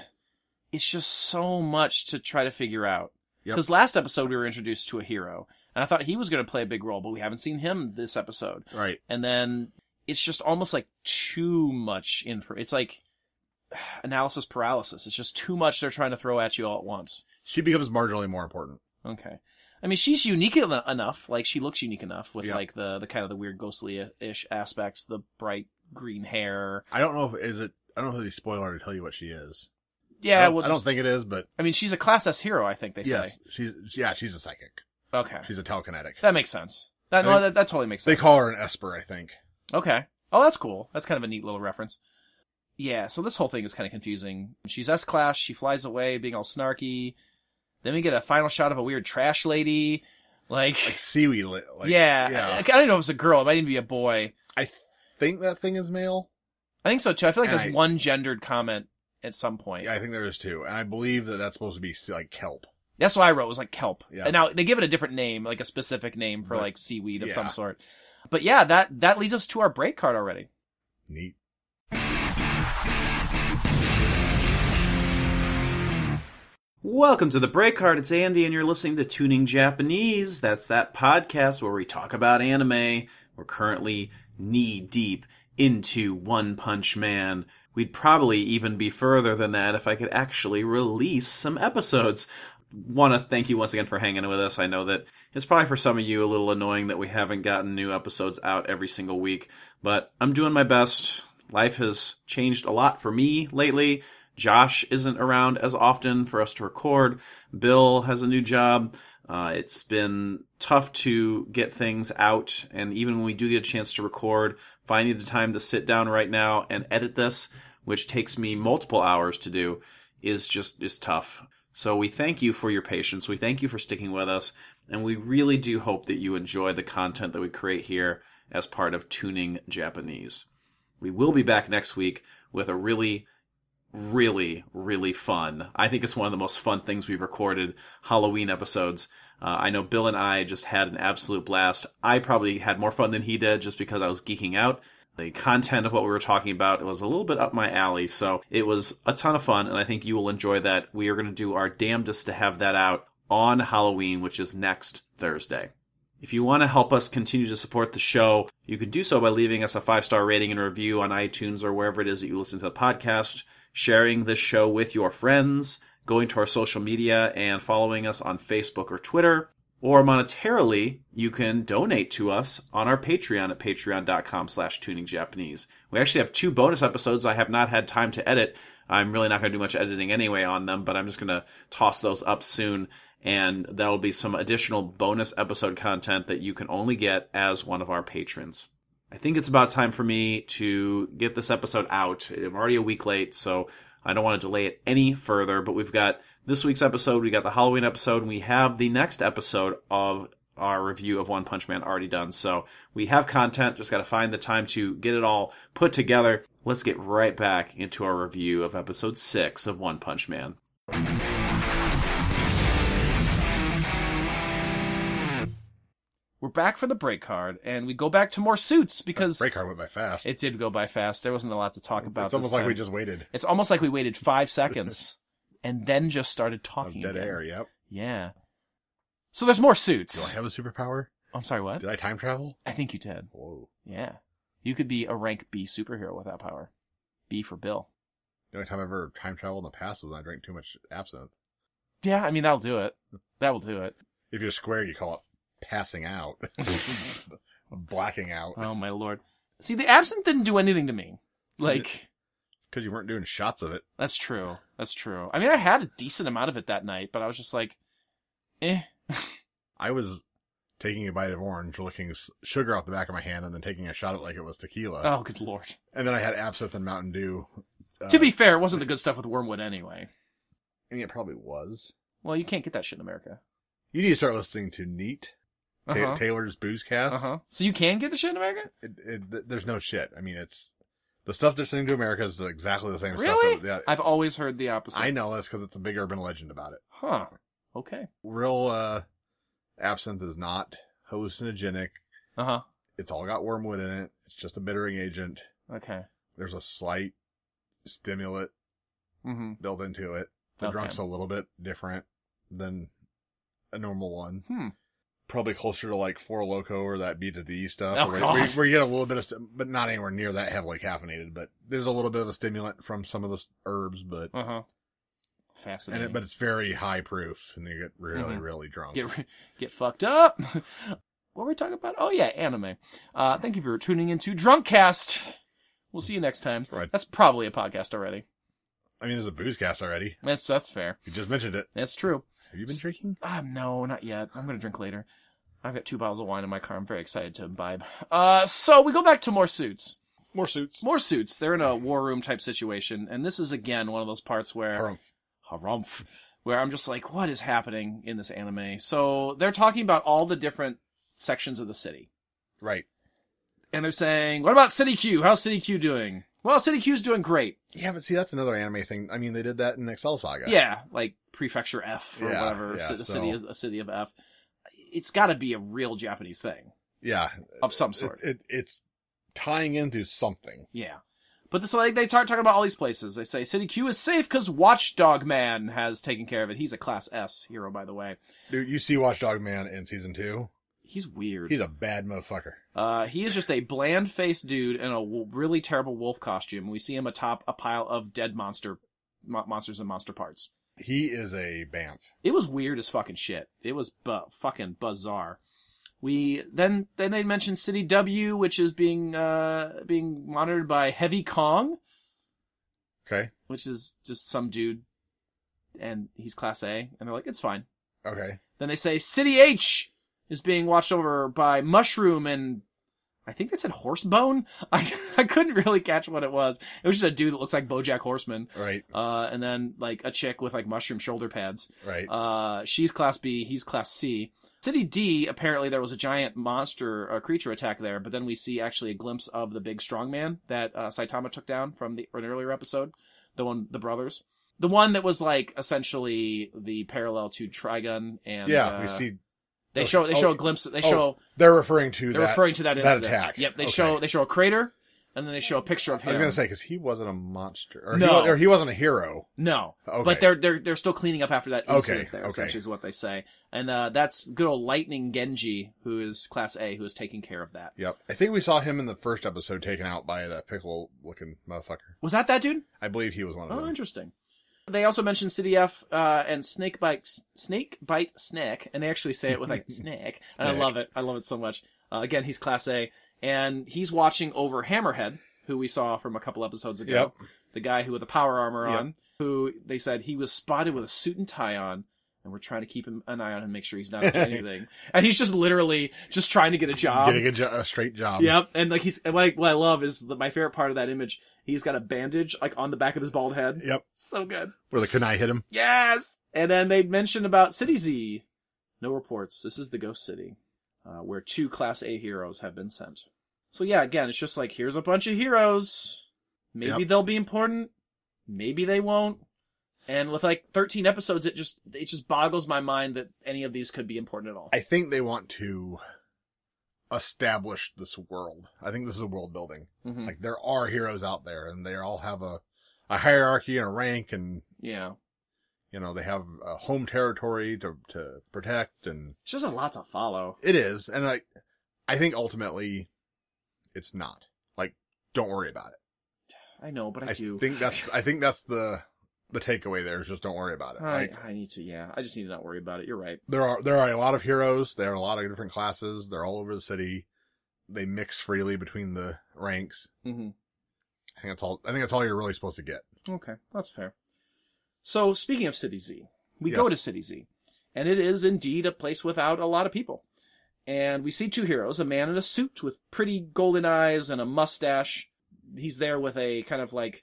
[SPEAKER 7] it's just so much to try to figure out.
[SPEAKER 6] Yep.
[SPEAKER 7] Because last episode we were introduced to a hero, and I thought he was going to play a big role, but we haven't seen him this episode.
[SPEAKER 6] Right.
[SPEAKER 7] and then it's just almost like too much info. It's like analysis paralysis. It's just too much they're trying to throw at you all at once.
[SPEAKER 6] She becomes marginally more important.
[SPEAKER 7] Okay. I mean, she's unique en- enough. Like she looks unique enough with
[SPEAKER 6] Yeah.
[SPEAKER 7] like the, the kind of the weird ghostly ish aspects, the bright green hair.
[SPEAKER 6] I don't know if is it. I don't know if it's a spoiler to tell you what she is.
[SPEAKER 7] Yeah.
[SPEAKER 6] I don't,
[SPEAKER 7] well,
[SPEAKER 6] I don't
[SPEAKER 7] just-
[SPEAKER 6] think it is, but
[SPEAKER 7] I mean, she's a class S hero. I think they
[SPEAKER 6] yes,
[SPEAKER 7] say.
[SPEAKER 6] she's yeah, she's a psychic.
[SPEAKER 7] Okay.
[SPEAKER 6] She's a telekinetic.
[SPEAKER 7] That makes sense. That,
[SPEAKER 6] I
[SPEAKER 7] no,
[SPEAKER 6] mean,
[SPEAKER 7] that, that totally makes
[SPEAKER 6] They
[SPEAKER 7] sense.
[SPEAKER 6] call her an esper, I think.
[SPEAKER 7] Okay. Oh, that's cool. That's kind of a neat little reference. Yeah, so this whole thing is kind of confusing. She's S class, she flies away being all snarky. Then we get a final shot of a weird trash lady. Like,
[SPEAKER 6] Like seaweed. li- Like,
[SPEAKER 7] yeah. I, I don't know if it's a girl, it might even be a boy.
[SPEAKER 6] think that thing is male.
[SPEAKER 7] I think so too. I feel like
[SPEAKER 6] And
[SPEAKER 7] there's
[SPEAKER 6] I-
[SPEAKER 7] one gendered comment at some point.
[SPEAKER 6] Yeah, I think there is too, and I believe that that's supposed to be like kelp.
[SPEAKER 7] That's what I wrote. It was like kelp.
[SPEAKER 6] Yeah.
[SPEAKER 7] And now they give it a different name, like a specific name for
[SPEAKER 6] But-
[SPEAKER 7] like seaweed of
[SPEAKER 6] yeah.
[SPEAKER 7] some sort. But yeah, that that leads us to our break card already.
[SPEAKER 6] Neat.
[SPEAKER 7] Welcome to the Breakheart. It's Andy, and you're listening to Tuning Japanese. That's that podcast where we talk about anime. We're currently knee deep into One Punch Man. We'd probably even be further than that if I could actually release some episodes. Want to thank you once again for hanging with us. I know that it's probably for some of you a little annoying that we haven't gotten new episodes out every single week, but I'm doing my best. Life has changed a lot for me lately. Josh isn't around as often for us to record. Bill has a new job. Uh, it's been tough to get things out, and even when we do get a chance to record, finding the time to sit down right now and edit this, which takes me multiple hours to do, is just is tough. So we thank you for your patience. We thank you for sticking with us, and we really do hope that you enjoy the content that we create here as part of tuning Japanese. We will be back next week with a really really, really fun. I think it's one of the most fun things we've recorded Halloween episodes. Uh, I know Bill and I just had an absolute blast. I probably had more fun than he did just because I was geeking out. The content of what we were talking about was a little bit up my alley, so it was a ton of fun, and I think you will enjoy that. We are going to do our damnedest to have that out on Halloween, which is next Thursday. If you want to help us continue to support the show, you can do so by leaving us a five star rating and review on iTunes or wherever it is that you listen to the podcast, sharing this show with your friends, going to our social media and following us on Facebook or Twitter. Or monetarily, you can donate to us on our Patreon at patreon.com slash tuningjapanese. We actually have two bonus episodes I have not had time to edit. I'm really not going to do much editing anyway on them, but I'm just going to toss those up soon and that'll be some additional bonus episode content that you can only get as one of our patrons. I think it's about time for me to get this episode out. I'm already a week late, so I don't want to delay it any further, but we've got this week's episode, we got the Halloween episode, and we have the next episode of our review of One Punch Man already done. So we have content, just got to find the time to get it all put together. Let's get right back into our review of episode 6 of One Punch Man.
[SPEAKER 8] We're back for the break card, and we go back to more suits because
[SPEAKER 6] Break hard went by fast.
[SPEAKER 8] it did go by fast. There wasn't a lot to talk about.
[SPEAKER 6] it's almost
[SPEAKER 8] this
[SPEAKER 6] like we
[SPEAKER 8] time.
[SPEAKER 6] just waited.
[SPEAKER 8] It's almost like we waited five seconds and then just started
[SPEAKER 6] Of
[SPEAKER 8] talking.
[SPEAKER 6] dead
[SPEAKER 8] again.
[SPEAKER 6] air. Yep.
[SPEAKER 8] Yeah. So there's more
[SPEAKER 6] Do I
[SPEAKER 8] suits.
[SPEAKER 6] have a superpower?
[SPEAKER 8] I'm sorry, what?
[SPEAKER 6] Did I time travel?
[SPEAKER 8] I think you did.
[SPEAKER 6] Whoa.
[SPEAKER 8] Yeah. You could be a rank B superhero with that power. B for Bill.
[SPEAKER 6] The only time I ever time traveled in the past was when I drank too much absinthe.
[SPEAKER 8] Yeah, I mean, that'll do it. That will do it.
[SPEAKER 6] If you're square, you call it passing out, blacking out,
[SPEAKER 8] Oh, my lord. See, the absinthe didn't do anything to me. Like,
[SPEAKER 6] because you weren't doing shots of it.
[SPEAKER 8] that's true. That's true. I mean, I had a decent amount of it that night, but I was just like, eh.
[SPEAKER 6] I was taking a bite of orange, licking s- sugar off the back of my hand, and then taking a shot of it like it was tequila.
[SPEAKER 8] Oh, good lord.
[SPEAKER 6] And then I had absinthe and Mountain Dew. Uh,
[SPEAKER 8] to be fair, it wasn't the good stuff with wormwood anyway.
[SPEAKER 6] I mean, Uh, it probably was.
[SPEAKER 8] Well, you can't get that shit in America.
[SPEAKER 6] You need to start listening to Neat Ta-
[SPEAKER 8] Uh-huh.
[SPEAKER 6] Taylor's Booze Cast.
[SPEAKER 8] Uh-huh. So you can get the shit in America?
[SPEAKER 6] It, it, th- there's no shit. I mean, it's the stuff they're sending to America is exactly the same
[SPEAKER 8] Really?
[SPEAKER 6] stuff. that- yeah,
[SPEAKER 8] I've always heard the opposite.
[SPEAKER 6] Uh, I know that's because it's a big urban legend about it.
[SPEAKER 8] Huh. Okay.
[SPEAKER 6] real uh absinthe is not hallucinogenic.
[SPEAKER 8] Uh-huh.
[SPEAKER 6] It's all got wormwood in it. It's just a bittering agent.
[SPEAKER 8] Okay.
[SPEAKER 6] There's a slight stimulant
[SPEAKER 8] Mm-hmm.
[SPEAKER 6] built into it. The
[SPEAKER 8] Okay.
[SPEAKER 6] drunk's a little bit different than a normal one.
[SPEAKER 8] Hmm.
[SPEAKER 6] Probably closer to like Four Loco or that B to D stuff,
[SPEAKER 8] Oh,
[SPEAKER 6] where,
[SPEAKER 8] God.
[SPEAKER 6] where- where you get a little bit of, st- but not anywhere near that heavily caffeinated. But there's a little bit of a stimulant from some of the s- herbs, but
[SPEAKER 8] Uh-huh.
[SPEAKER 6] and
[SPEAKER 8] Fascinating.
[SPEAKER 6] it, but it's very high proof, and you get really,
[SPEAKER 8] Mhm.
[SPEAKER 6] really drunk.
[SPEAKER 8] get re- get fucked up. what were we talking about? Oh yeah, anime. Uh, thank you for tuning in to Drunkcast. We'll see you next time.
[SPEAKER 6] Right.
[SPEAKER 8] That's probably a podcast already.
[SPEAKER 6] I mean, there's a booze cast already.
[SPEAKER 8] That's that's fair.
[SPEAKER 6] You just mentioned it.
[SPEAKER 8] That's true.
[SPEAKER 6] Have you been drinking?
[SPEAKER 8] Um, no, not yet. I'm gonna drink later. I've got two bottles of wine in my car. I'm very excited to imbibe. Uh, so we go back to more suits.
[SPEAKER 6] More suits.
[SPEAKER 8] More suits. They're in a war room type situation, and this is again one of those parts where
[SPEAKER 6] Harumph.
[SPEAKER 8] harumph, where I'm just like, what is happening in this anime? So they're talking about all the different sections of the city.
[SPEAKER 6] Right.
[SPEAKER 8] And they're saying, what about City Q? How's City Q doing? Well, City Q's doing great.
[SPEAKER 6] Yeah, but see, that's another anime thing. I mean, they did that in Excel Saga.
[SPEAKER 8] Yeah, like Prefecture F or
[SPEAKER 6] Yeah,
[SPEAKER 8] whatever,
[SPEAKER 6] yeah,
[SPEAKER 8] ci- the
[SPEAKER 6] so-
[SPEAKER 8] city is a city of F. It's got to be a real Japanese thing
[SPEAKER 6] Yeah.
[SPEAKER 8] of some sort.
[SPEAKER 6] It, it, it's tying into something.
[SPEAKER 8] yeah.
[SPEAKER 7] But this, like, they start talking about all these places. They say City Q is safe because Watchdog Man has taken care of it. He's a Class S hero, by the way.
[SPEAKER 6] Dude, you see Watchdog Man in season two.
[SPEAKER 7] He's weird.
[SPEAKER 6] He's a bad motherfucker.
[SPEAKER 7] Uh, he is just a bland faced dude in a w- really terrible wolf costume. We see him atop a pile of dead monster, mo- monsters and monster parts.
[SPEAKER 6] He is a Banff.
[SPEAKER 7] It was weird as fucking shit. It was bu- fucking bizarre. We then then they mentioned City W, which is being uh being monitored by Heavy Kong,
[SPEAKER 6] Okay.
[SPEAKER 7] which is just some dude, and he's Class A, and they're like, it's fine.
[SPEAKER 6] Okay.
[SPEAKER 7] Then they say City H is being watched over by Mushroom and I think they said Horsebone. I I couldn't really catch what it was. It was just a dude that looks like BoJack Horseman,
[SPEAKER 6] Right.
[SPEAKER 7] uh, and then like a chick with like mushroom shoulder pads.
[SPEAKER 6] Right.
[SPEAKER 7] Uh, she's Class B, he's Class C. City D, apparently there was a giant monster uh, creature attack there, but then we see actually a glimpse of the big strongman that uh, Saitama took down from the an earlier episode, the one the brothers, the one that was like essentially the parallel to Trigun and
[SPEAKER 6] yeah.
[SPEAKER 7] uh,
[SPEAKER 6] we see
[SPEAKER 7] they show they
[SPEAKER 6] oh,
[SPEAKER 7] show a glimpse they show
[SPEAKER 6] they're referring to
[SPEAKER 7] they're
[SPEAKER 6] that.
[SPEAKER 7] referring to that incident.
[SPEAKER 6] attack.
[SPEAKER 7] Yep, they
[SPEAKER 6] Okay.
[SPEAKER 7] show they show a crater and then they show a picture of
[SPEAKER 6] I
[SPEAKER 7] him.
[SPEAKER 6] was gonna say because he wasn't a monster, or,
[SPEAKER 7] No.
[SPEAKER 6] he, wa- or he wasn't a hero.
[SPEAKER 7] No,
[SPEAKER 6] Okay.
[SPEAKER 7] but they're they're they're still cleaning up after that incident.
[SPEAKER 6] Okay,
[SPEAKER 7] There,
[SPEAKER 6] okay.
[SPEAKER 7] essentially, is what they say, and uh, that's good old Lightning Genji, who is Class A, who is taking care of that.
[SPEAKER 6] Yep. I think we saw him in the first episode taken out by that pickle-looking motherfucker.
[SPEAKER 7] Was that that dude?
[SPEAKER 6] I believe he was one of
[SPEAKER 7] Oh,
[SPEAKER 6] them.
[SPEAKER 7] interesting. They also mentioned City F uh, and Snake Bite Snake Bite Snack, and they actually say it with like snack, and I
[SPEAKER 6] Snack.
[SPEAKER 7] love it. I love it so much. Uh, again, he's Class A, and he's watching over Hammerhead, who we saw from a couple episodes ago. The guy who with the power armor
[SPEAKER 6] Yep.
[SPEAKER 7] on, who they said he was spotted with a suit and tie on. And we're trying to keep him an eye on him, make sure he's not up to anything. And he's just literally just trying to get a job.
[SPEAKER 6] Getting a, jo- a straight job.
[SPEAKER 7] Yep, and like he's and what I, what I love is the, my favorite part of that image. He's got a bandage like on the back of his bald head.
[SPEAKER 6] Yep.
[SPEAKER 7] So good.
[SPEAKER 6] Where the kunai hit him.
[SPEAKER 7] Yes. And then they mentioned about City Z. No reports. This is the Ghost City, uh, where two Class A heroes have been sent. So yeah, again, it's just like here's a bunch of heroes. Maybe
[SPEAKER 6] Yep.
[SPEAKER 7] they'll be important. Maybe they won't. And with like 13 episodes, it just it just boggles my mind that any of these could be important at all.
[SPEAKER 6] I think they want to establish this world. I think this is world building.
[SPEAKER 7] Mhm.
[SPEAKER 6] Like there are heroes out there, and they all have a a hierarchy and a rank, and
[SPEAKER 7] yeah.
[SPEAKER 6] you know they have a home territory to to protect, and
[SPEAKER 7] It's just a lot to follow.
[SPEAKER 6] it is. And I I think ultimately, it's not. Like don't worry about it.
[SPEAKER 7] I know, but I,
[SPEAKER 6] I
[SPEAKER 7] do.
[SPEAKER 6] think that's I think that's the the takeaway there is just don't worry about it.
[SPEAKER 7] I,
[SPEAKER 6] Like
[SPEAKER 7] I need to, yeah. I just need to not worry about it. You're right.
[SPEAKER 6] there are there are a lot of heroes. There are a lot of different classes. They're all over the city. They mix freely between the ranks.
[SPEAKER 7] hmm
[SPEAKER 6] I think that's all. I think that's all you're really supposed to get.
[SPEAKER 7] Okay, that's fair. So, speaking of City Z, we go
[SPEAKER 6] Yes.
[SPEAKER 7] to City Z, and it is indeed a place without a lot of people. And we see two heroes a man in a suit with pretty golden eyes and a mustache. He's there with a kind of like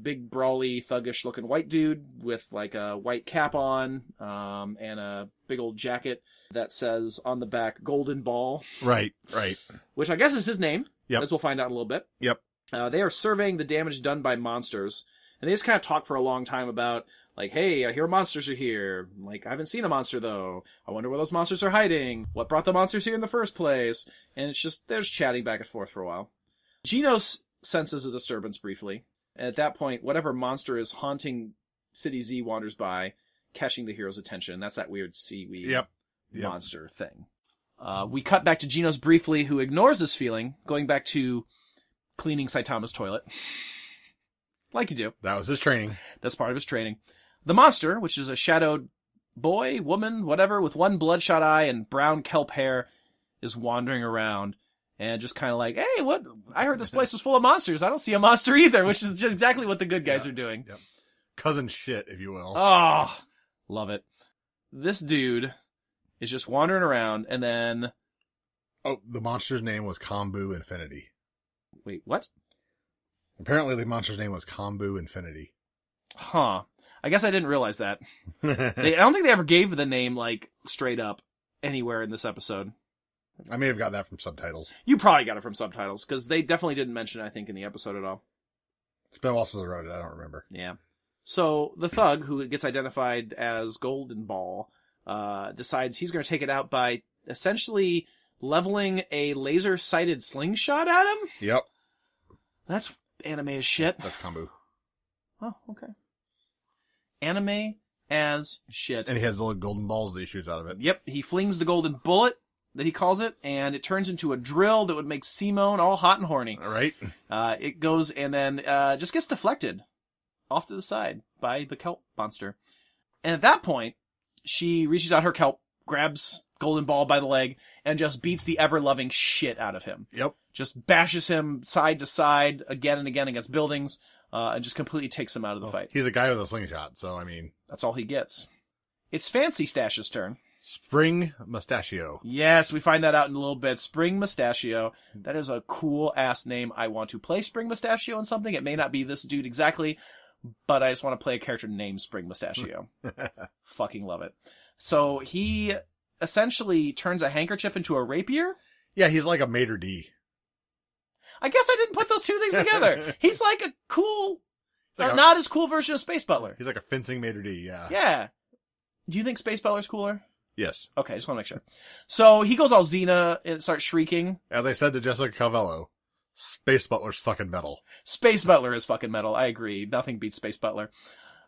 [SPEAKER 7] big, brawly, thuggish looking white dude with like a white cap on um, and a big old jacket that says on the back Golden Ball,
[SPEAKER 6] Right. Right.
[SPEAKER 7] which I guess is his name,
[SPEAKER 6] Yep.
[SPEAKER 7] as we'll find out in a little bit.
[SPEAKER 6] Yep.
[SPEAKER 7] Uh, they are surveying the damage done by monsters, and they just kind of talk for a long time about like, hey, I hear monsters are here. Like, I haven't seen a monster though. I wonder where those monsters are hiding. What brought the monsters here in the first place? And it's just there's chatting back and forth for a while. Genos senses a disturbance briefly. At that point, whatever monster is haunting City Z wanders by, catching the hero's attention. That's that weird seaweed
[SPEAKER 6] Yep. Yep.
[SPEAKER 7] monster thing. Uh, we cut back to Genos briefly, who ignores this feeling, going back to cleaning Saitama's toilet. like you do.
[SPEAKER 6] That was his training.
[SPEAKER 7] That's part of his training. The monster, which is a shadowed boy, woman, whatever, with one bloodshot eye and brown kelp hair, is wandering around and just kind of like, hey, what? I heard this place was full of monsters. I don't see a monster either, which is just exactly what the good guys
[SPEAKER 6] Yeah.
[SPEAKER 7] are doing.
[SPEAKER 6] Cousin shit, if you will.
[SPEAKER 7] Oh, love it. This dude is just wandering around and then,
[SPEAKER 6] oh, the monster's name was Kombu Infinity.
[SPEAKER 7] wait, what?
[SPEAKER 6] Apparently, the monster's name was Kombu Infinity.
[SPEAKER 7] Huh. I guess I didn't realize that. They, I don't think they ever gave the name, like, straight up anywhere in this episode.
[SPEAKER 6] I may have got that from subtitles.
[SPEAKER 7] You probably got it from subtitles because they definitely didn't mention it, I think, in the episode at all.
[SPEAKER 6] It's been a while since I wrote it. I don't remember.
[SPEAKER 7] Yeah. So the thug who gets identified as Golden Ball uh, decides he's going to take it out by essentially leveling a laser sighted slingshot at him.
[SPEAKER 6] Yep.
[SPEAKER 7] That's anime as shit.
[SPEAKER 6] That's Kambu.
[SPEAKER 7] Oh, okay. Anime as shit.
[SPEAKER 6] And he has the little golden balls that he shoots out of it.
[SPEAKER 7] Yep, he flings the golden bullet that he calls it, and it turns into a drill that would make Simone all hot and horny.
[SPEAKER 6] All right.
[SPEAKER 7] Uh, it goes and then uh, just gets deflected off to the side by the kelp monster. And at that point, she reaches out her kelp, grabs Golden Ball by the leg, and just beats the ever loving shit out of him.
[SPEAKER 6] Yep.
[SPEAKER 7] Just bashes him side to side again and again against buildings, uh, and just completely takes him out of the fight.
[SPEAKER 6] He's a guy with a slingshot, so I mean,
[SPEAKER 7] That's all he gets. It's Fancy Stash's turn.
[SPEAKER 6] spring mustachio.
[SPEAKER 7] Yes, we find that out in a little bit. Spring Mustachio. That is a cool ass name. I want to play Spring Mustachio in something. It may not be this dude exactly, but I just want to play a character named Spring Mustachio. Fucking love it. So he essentially turns a handkerchief into a rapier.
[SPEAKER 6] Yeah, he's like a Mater D.
[SPEAKER 7] I guess I didn't put those two things together. He's like a cool,
[SPEAKER 6] like
[SPEAKER 7] uh,
[SPEAKER 6] a-
[SPEAKER 7] not as cool version of Space Butler.
[SPEAKER 6] He's like a fencing Mater D. Yeah.
[SPEAKER 7] Yeah. Do you think Space Butler's cooler?
[SPEAKER 6] Yes.
[SPEAKER 7] Okay, just want to make sure. So he goes all Xena and starts shrieking.
[SPEAKER 6] As I said to Jessica Calvello, Space Butler's fucking metal.
[SPEAKER 7] Space Butler is fucking metal. I agree. Nothing beats Space Butler.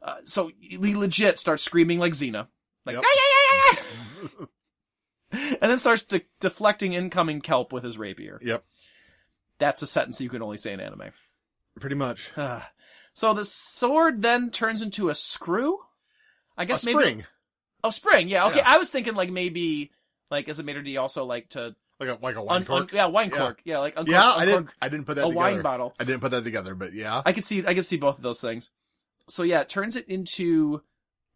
[SPEAKER 7] Uh, so he legit starts screaming like Xena. Like,
[SPEAKER 6] Yep.
[SPEAKER 7] "Ay, ay, ay, ay, ay!" and then starts de- deflecting incoming kelp with his rapier.
[SPEAKER 6] Yep.
[SPEAKER 7] That's a sentence you can only say in anime.
[SPEAKER 6] Pretty much.
[SPEAKER 7] Ah. so the sword then turns into a screw? I
[SPEAKER 6] A
[SPEAKER 7] guess maybe.
[SPEAKER 6] spring.
[SPEAKER 7] Oh, spring. Yeah. Okay.
[SPEAKER 6] Yeah.
[SPEAKER 7] I was thinking like maybe, like, as a maitre d also like to.
[SPEAKER 6] Like a like a wine
[SPEAKER 7] Un- un-
[SPEAKER 6] cork.
[SPEAKER 7] yeah, wine
[SPEAKER 6] Yeah.
[SPEAKER 7] cork. Yeah, like uncork,
[SPEAKER 6] yeah, I
[SPEAKER 7] uncork.
[SPEAKER 6] didn't I didn't put that
[SPEAKER 7] a
[SPEAKER 6] together.
[SPEAKER 7] wine bottle.
[SPEAKER 6] I didn't put that together, but yeah.
[SPEAKER 7] I could see I could see both of those things. So yeah, it turns it into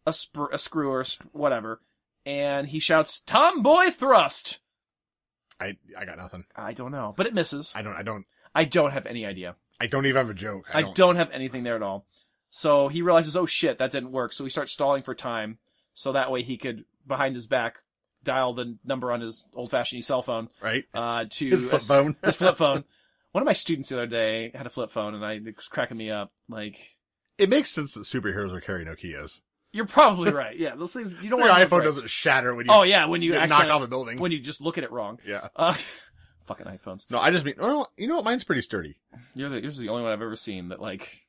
[SPEAKER 7] a, spr a screw or sp- whatever, and he shouts "Tomboy thrust."
[SPEAKER 6] I I got nothing.
[SPEAKER 7] I don't know, but it misses. I,
[SPEAKER 6] I don't I don't
[SPEAKER 7] don't have any idea.
[SPEAKER 6] I don't even have a joke.
[SPEAKER 7] I don't. have anything there at all. So he realizes, oh shit, that didn't work. So he starts stalling for time, so that way he could behind his back dial the number on his old-fashioned cell phone
[SPEAKER 6] right?
[SPEAKER 7] uh, to
[SPEAKER 6] His flip phone.
[SPEAKER 7] his flip phone. One of my students the other day had a flip phone, and I it was cracking me up. Like
[SPEAKER 6] It makes sense that superheroes are carrying Nokias.
[SPEAKER 7] You're probably right. Yeah, those things you don't
[SPEAKER 6] Your
[SPEAKER 7] want. to
[SPEAKER 6] iPhone
[SPEAKER 7] look right.
[SPEAKER 6] doesn't shatter when you
[SPEAKER 7] Oh yeah, when you
[SPEAKER 6] get knocked
[SPEAKER 7] accident-
[SPEAKER 6] off a building.
[SPEAKER 7] when you just look at it wrong.
[SPEAKER 6] Yeah.
[SPEAKER 7] Uh, fucking iPhones.
[SPEAKER 6] No, I just mean, oh, no, you know what? Mine's pretty sturdy.
[SPEAKER 7] You're the, yours is the only one I've ever seen that like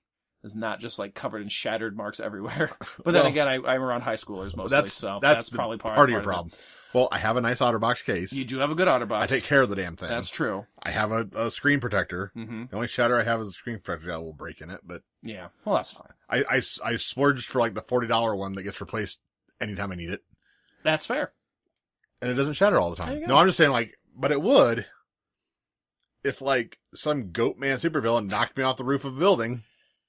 [SPEAKER 7] is not just like covered in shattered marks everywhere. But then
[SPEAKER 6] Well-
[SPEAKER 7] again, I, I'm around high schoolers mostly,
[SPEAKER 6] that's
[SPEAKER 7] so
[SPEAKER 6] that's,
[SPEAKER 7] that's,
[SPEAKER 6] the
[SPEAKER 7] probably
[SPEAKER 6] part,
[SPEAKER 7] part,
[SPEAKER 6] of your
[SPEAKER 7] it.
[SPEAKER 6] problem. Well, I have a nice OtterBox case.
[SPEAKER 7] You do have a good OtterBox.
[SPEAKER 6] I take care of the damn thing.
[SPEAKER 7] That's true.
[SPEAKER 6] I have a, a screen protector.
[SPEAKER 7] hmm
[SPEAKER 6] The only shatter I have is a screen protector that will break in it, but
[SPEAKER 7] Yeah. Well, that's fine.
[SPEAKER 6] I, I, s- I splurged for like the $40 one that gets replaced anytime I need it.
[SPEAKER 7] That's fair.
[SPEAKER 6] And it doesn't shatter all the
[SPEAKER 7] There
[SPEAKER 6] time.
[SPEAKER 7] you
[SPEAKER 6] No,
[SPEAKER 7] go.
[SPEAKER 6] I'm just saying like, but it would if like some goat man supervillain knocked me off the roof of a building.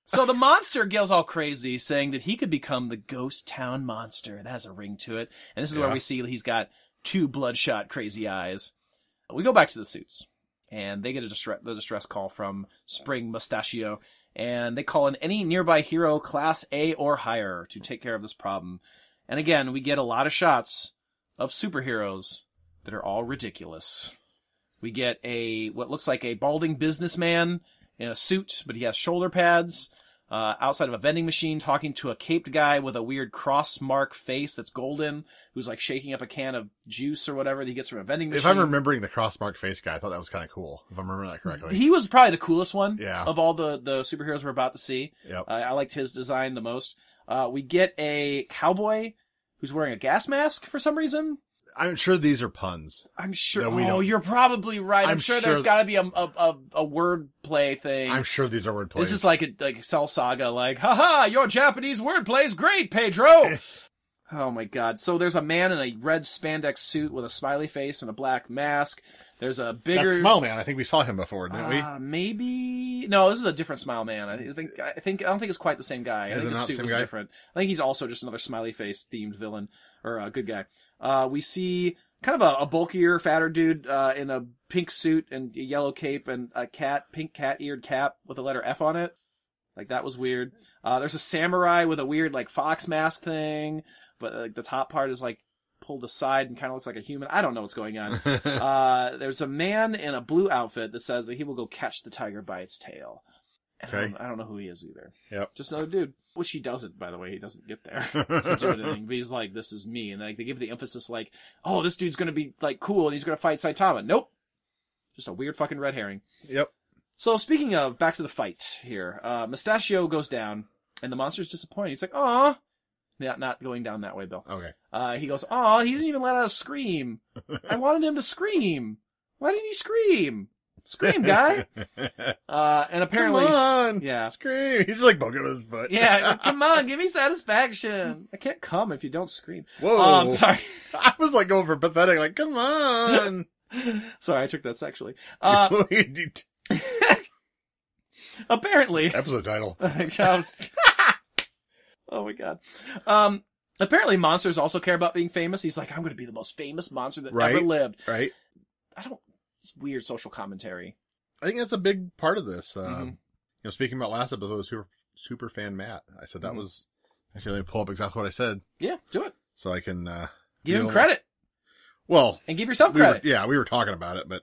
[SPEAKER 7] So the monster goes all crazy, saying that he could become the Ghost Town Monster. That has a ring to it. And this is
[SPEAKER 6] Yeah.
[SPEAKER 7] where we see that he's got two bloodshot, crazy eyes. We go back to the suits, and they get a distress, the distress call from Spring Mustachio, and they call in any nearby hero, Class A or higher, to take care of this problem. And again, we get a lot of shots of superheroes that are all ridiculous. We get a what looks like a balding businessman in a suit, but he has shoulder pads. Uh, outside of a vending machine, talking to a caped guy with a weird cross mark face that's golden, who's like shaking up a can of juice or whatever that he gets from a vending machine.
[SPEAKER 6] If I'm remembering the crossmark face guy, I thought that was kind of cool. If I'm remembering that correctly.
[SPEAKER 7] he was probably the coolest one
[SPEAKER 6] Yeah.
[SPEAKER 7] of all the the superheroes we're about to see.
[SPEAKER 6] yep.
[SPEAKER 7] Uh, I liked his design the most. Uh, we get a cowboy who's wearing a gas mask for some reason.
[SPEAKER 6] I'm sure these are puns.
[SPEAKER 7] I'm sure.
[SPEAKER 6] No, we
[SPEAKER 7] oh,
[SPEAKER 6] don't.
[SPEAKER 7] you're probably right. I'm,
[SPEAKER 6] I'm
[SPEAKER 7] sure,
[SPEAKER 6] sure-
[SPEAKER 7] there's got to be a a, a a word play thing.
[SPEAKER 6] I'm sure these are word plays.
[SPEAKER 7] This is like a like Cell Saga, like, haha, your Japanese word plays great, Pedro. oh my god. So there's a man in a red spandex suit with a smiley face and a black mask. There's a bigger
[SPEAKER 6] That smile man, I think we saw him before, didn't we?
[SPEAKER 7] Uh, maybe no. This is a different Smile Man. I think. I think. I don't think it's quite the same guy. I
[SPEAKER 6] Is
[SPEAKER 7] think
[SPEAKER 6] it
[SPEAKER 7] his
[SPEAKER 6] not the
[SPEAKER 7] suit
[SPEAKER 6] same
[SPEAKER 7] was
[SPEAKER 6] guy?
[SPEAKER 7] different. I think he's also just another smiley face themed villain or a good guy. Uh, we see kind of a, a bulkier, fatter dude uh, in a pink suit and a yellow cape and a cat, pink cat-eared cap with the letter F on it. Like that was weird. Uh, there's a samurai with a weird like fox mask thing, but like the top part is like pulled aside and kind of looks like a human. I don't know what's going on. uh, there's a man in a blue outfit that says that he will go catch the tiger by its tail. And I,
[SPEAKER 6] Okay.
[SPEAKER 7] don't, I don't know who he is either.
[SPEAKER 6] Yep.
[SPEAKER 7] Just another dude. Which he doesn't, by the way. He doesn't get there to do anything. But he's like, this is me. And like, they give the emphasis like, oh, this dude's going to be like cool and he's going to fight Saitama. Nope. Just a weird fucking red herring.
[SPEAKER 6] Yep.
[SPEAKER 7] So speaking of back to the fight here, uh, Mustachio goes down, and the monster's disappointed. He's like, "Aw." Not, not going down that way, Bill.
[SPEAKER 6] Okay.
[SPEAKER 7] Uh, he goes, "Aw, he didn't even let out a scream. I wanted him to scream. Why didn't he scream? Scream, guy!" Uh, and apparently,
[SPEAKER 6] Come on.
[SPEAKER 7] yeah.
[SPEAKER 6] Scream. He's like poking his foot.
[SPEAKER 7] yeah, come on, give me satisfaction. I can't come if you don't scream.
[SPEAKER 6] Whoa.
[SPEAKER 7] Um, sorry,
[SPEAKER 6] I was like going for pathetic. Like, come on.
[SPEAKER 7] sorry, I took that sexually. Uh, apparently,
[SPEAKER 6] Episode title.
[SPEAKER 7] oh my god. Um, apparently monsters also care about being famous. He's like, I'm going to be the most famous monster that
[SPEAKER 6] Right.
[SPEAKER 7] ever lived.
[SPEAKER 6] Right.
[SPEAKER 7] I don't. It's weird social commentary.
[SPEAKER 6] I think that's a big part of this. Um,
[SPEAKER 7] Mhm.
[SPEAKER 6] You know, speaking about last episode, was super super fan Matt. I said that
[SPEAKER 7] Mhm.
[SPEAKER 6] was actually let me pull up exactly what I said,
[SPEAKER 7] Yeah, do it.
[SPEAKER 6] so I can. uh
[SPEAKER 7] Give him
[SPEAKER 6] feel-
[SPEAKER 7] credit
[SPEAKER 6] Well,
[SPEAKER 7] and give yourself
[SPEAKER 6] we were,
[SPEAKER 7] credit.
[SPEAKER 6] yeah, we were talking about it, but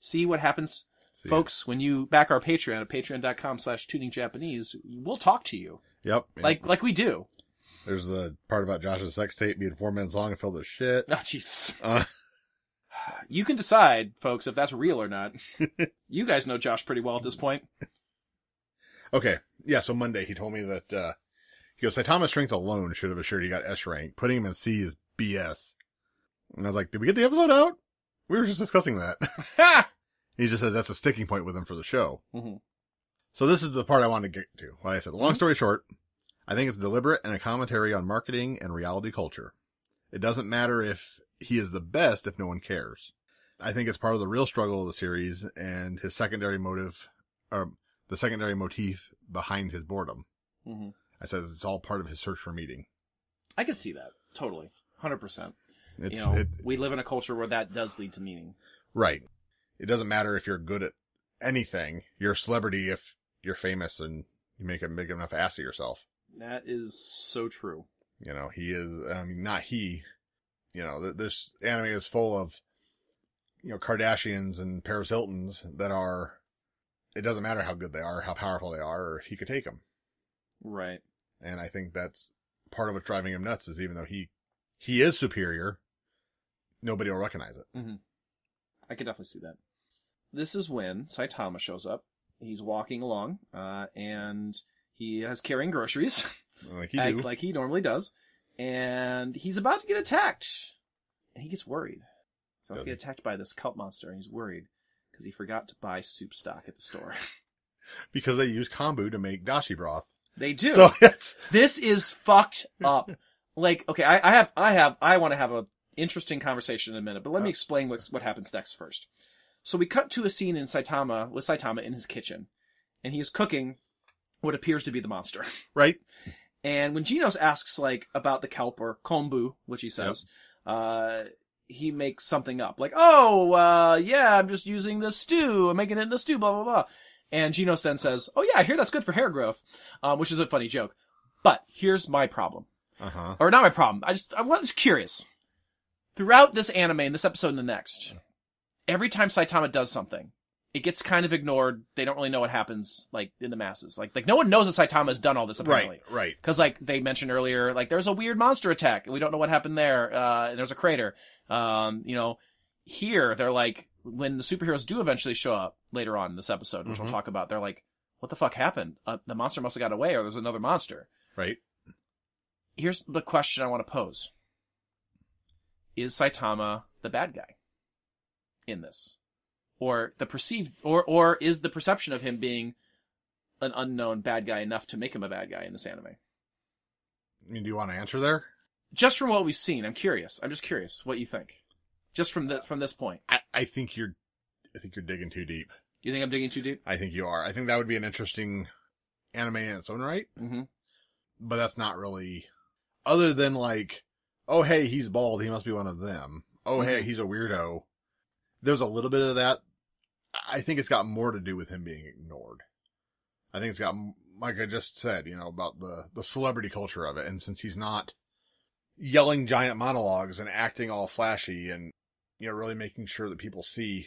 [SPEAKER 7] See what happens,
[SPEAKER 6] see.
[SPEAKER 7] folks, when you back our Patreon at patreon.com/slash tuning Japanese. We'll talk to you
[SPEAKER 6] Yep. yeah.
[SPEAKER 7] like like we do.
[SPEAKER 6] there's the part about Josh's sex tape being four minutes long and filled with shit.
[SPEAKER 7] Oh Jesus.
[SPEAKER 6] Uh,
[SPEAKER 7] You can decide, folks, if that's real or not. you guys know Josh pretty well at this point.
[SPEAKER 6] okay. Yeah. So Monday he told me that uh he goes Saitama's strength alone should have assured he got S rank. Putting him in C is BS. And I was like, did we get the episode out? We were just discussing that.
[SPEAKER 7] Ha!
[SPEAKER 6] He just says that's a sticking point with him for the show.
[SPEAKER 7] Mhm.
[SPEAKER 6] So this is the part I wanted to get to. What I said. Long story short, I think it's deliberate and a commentary on marketing and reality culture. It doesn't matter if he is the best if no one cares. I think it's part of the real struggle of the series and his secondary motive, or the secondary motif behind his boredom.
[SPEAKER 7] Mhm.
[SPEAKER 6] I says it's all part of his search for meaning.
[SPEAKER 7] I can see that. Totally. 100%.
[SPEAKER 6] It's
[SPEAKER 7] you know,
[SPEAKER 6] it,
[SPEAKER 7] we live in a culture where that does lead to meaning.
[SPEAKER 6] right. It doesn't matter if you're good at anything. You're a celebrity if you're famous and you make a big enough ass of yourself.
[SPEAKER 7] That is so true.
[SPEAKER 6] You know, he is, I mean, not he, you know, th- this anime is full of, you know, Kardashians and Paris Hiltons that are, it doesn't matter how good they are, how powerful they are, or if he could take them.
[SPEAKER 7] Right.
[SPEAKER 6] And I think that's part of what's driving him nuts is even though he, he is superior, nobody will recognize it.
[SPEAKER 7] I can definitely see that. This is when Saitama shows up. He's walking along, uh, and he has carrying groceries,
[SPEAKER 6] Like he
[SPEAKER 7] like,
[SPEAKER 6] do.
[SPEAKER 7] like he normally does. And he's about to get attacked. And he gets worried. He's about
[SPEAKER 6] Does
[SPEAKER 7] to get
[SPEAKER 6] he?
[SPEAKER 7] attacked by this cult monster, and he's worried because he forgot to buy soup stock at the store.
[SPEAKER 6] because they use kombu to make dashi broth.
[SPEAKER 7] they do.
[SPEAKER 6] So it's,
[SPEAKER 7] This is fucked up. like, okay, I, I have, I have, I want to have a interesting conversation in a minute, but let
[SPEAKER 6] Uh.
[SPEAKER 7] me explain what's what happens next first. So we cut to a scene in Saitama with Saitama in his kitchen, and he is cooking what appears to be the monster.
[SPEAKER 6] right?
[SPEAKER 7] And when Genos asks like about the kelp or kombu, which he says, uh, he makes something up like, "Oh, uh, yeah, I'm just using this stew. I'm making it in the stew." Blah blah blah. And Genos then says, "Oh yeah, I hear that's good for hair growth," um, which is a funny joke. But here's my problem,
[SPEAKER 6] Uh huh.
[SPEAKER 7] or not my problem. I just I was curious. Throughout this anime and this episode and the next, every time Saitama does something, it gets kind of ignored. They don't really know what happens, like in the masses. Like like no one knows that Saitama has done all this apparently.
[SPEAKER 6] Right, right.
[SPEAKER 7] Cause like they mentioned earlier, like there's a weird monster attack. and We don't know what happened there. Uh, and there's a crater. Um, you know, here they're like, when the superheroes do eventually show up later on in this episode, which
[SPEAKER 6] Mhm.
[SPEAKER 7] we'll talk about, they're like, what the fuck happened? Uh, the monster must have got away or there's another monster.
[SPEAKER 6] Right.
[SPEAKER 7] Here's the question I want to pose. Is Saitama the bad guy in this? Or the perceived, or, or is the perception of him being an unknown bad guy enough to make him a bad guy in this anime?
[SPEAKER 6] I mean, do you want to answer there?
[SPEAKER 7] just from what we've seen, I'm curious. I'm just curious what you think. Just from
[SPEAKER 6] Uh,
[SPEAKER 7] the from this point,
[SPEAKER 6] I, I think you're, I think you're digging too deep.
[SPEAKER 7] you think I'm digging too deep?
[SPEAKER 6] I think you are. I think that would be an interesting anime in its own right,
[SPEAKER 7] Mm-hmm.
[SPEAKER 6] but that's not really, other than like, oh hey, he's bald, he must be one of them. Oh hey, he's a weirdo. There's a little bit of that. I think it's got more to do with him being ignored. I think it's got, like I just said, you know, about the, the celebrity culture of it. And since he's not yelling giant monologues and acting all flashy and, you know, really making sure that people see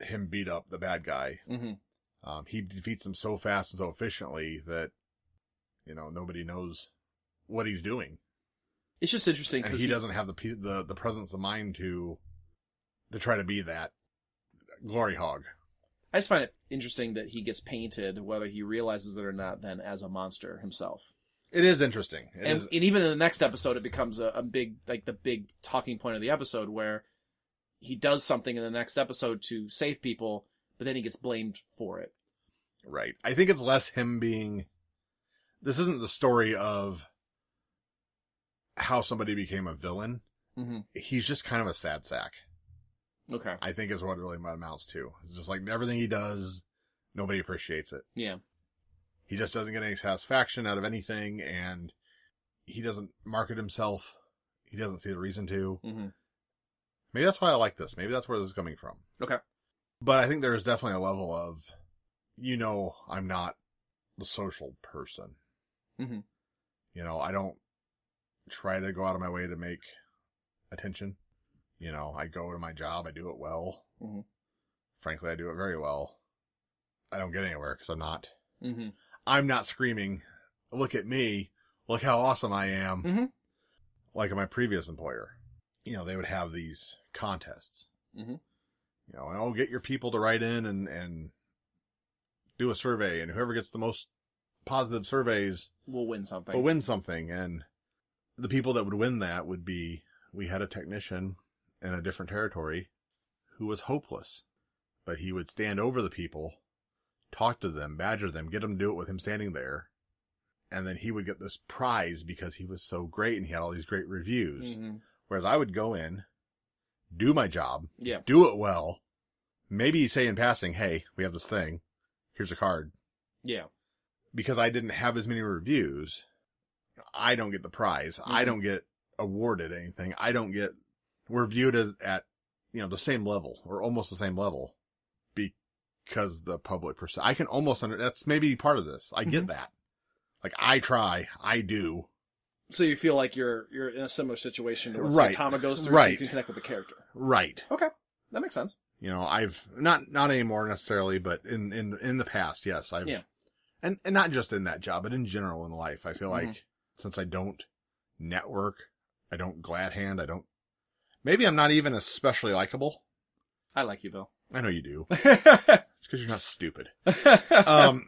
[SPEAKER 6] him beat up the bad guy,
[SPEAKER 7] Mm-hmm.
[SPEAKER 6] um, he defeats them so fast and so efficiently that, you know, nobody knows what he's doing.
[SPEAKER 7] It's just interesting
[SPEAKER 6] And
[SPEAKER 7] because
[SPEAKER 6] he doesn't have the, pe- the, the presence of mind to, to try to be that glory hog.
[SPEAKER 7] I just find it interesting that he gets painted, whether he realizes it or not, then as a monster himself.
[SPEAKER 6] It is interesting. It
[SPEAKER 7] and,
[SPEAKER 6] is-
[SPEAKER 7] and even in the next episode, it becomes a, a big, like the big talking point of the episode where he does something in the next episode to save people, but then he gets blamed for it.
[SPEAKER 6] Right. I think it's less him being. This isn't the story of how somebody became a villain.
[SPEAKER 7] Mm-hmm.
[SPEAKER 6] He's just kind of a sad sack.
[SPEAKER 7] Okay.
[SPEAKER 6] I think is what it really amounts to. It's just like everything he does, nobody appreciates it.
[SPEAKER 7] Yeah.
[SPEAKER 6] He just doesn't get any satisfaction out of anything, and he doesn't market himself. He doesn't see the reason to.
[SPEAKER 7] Mm-hmm.
[SPEAKER 6] Maybe that's why I like this. Maybe that's where this is coming from.
[SPEAKER 7] Okay.
[SPEAKER 6] But I think there's definitely a level of, you know, I'm not the social person.
[SPEAKER 7] Mhm.
[SPEAKER 6] You know, I don't try to go out of my way to make attention. You know, I go to my job, I do it well.
[SPEAKER 7] Mhm.
[SPEAKER 6] Frankly, I do it very well. I don't get anywhere because I'm not,
[SPEAKER 7] Mm-hmm.
[SPEAKER 6] I'm not screaming, look at me, look how awesome I am.
[SPEAKER 7] Mhm.
[SPEAKER 6] Like at my previous employer, you know, they would have these contests you know, and oh, get your people to write in and, and do a survey and whoever gets the most positive surveys
[SPEAKER 7] We'll win something.
[SPEAKER 6] will win something. And the people that would win that would be, we had a technician in a different territory who was hopeless, but he would stand over the people, talk to them, badger them, get them to do it with him standing there. And then he would get this prize because he was so great and he had all these great reviews.
[SPEAKER 7] hmm
[SPEAKER 6] Whereas I would go in, do my job,
[SPEAKER 7] Yeah.
[SPEAKER 6] do it well. Maybe say in passing, hey, we have this thing. Here's a card.
[SPEAKER 7] Yeah.
[SPEAKER 6] Because I didn't have as many reviews, I don't get the prize. I
[SPEAKER 7] Mhm.
[SPEAKER 6] don't get awarded anything. I don't get, we're viewed as at, you know, the same level or almost the same level because the public perception. I can almost under, that's maybe part of this. I get that. Like I try, I do.
[SPEAKER 7] So you feel like you're you're in a similar situation to what
[SPEAKER 6] Right.
[SPEAKER 7] Saitama goes through, so you
[SPEAKER 6] Right.
[SPEAKER 7] can connect with the character.
[SPEAKER 6] Right.
[SPEAKER 7] Okay, that makes sense.
[SPEAKER 6] you know i've not not anymore necessarily but in in in the past yes i've
[SPEAKER 7] Yeah.
[SPEAKER 6] and and not just in that job but in general in life i feel like since i don't network i don't glad hand i don't maybe i'm not even especially likable
[SPEAKER 7] I like you, Bill.
[SPEAKER 6] i know you do
[SPEAKER 7] Uh-huh.
[SPEAKER 6] it's because you're not stupid
[SPEAKER 7] uh
[SPEAKER 6] um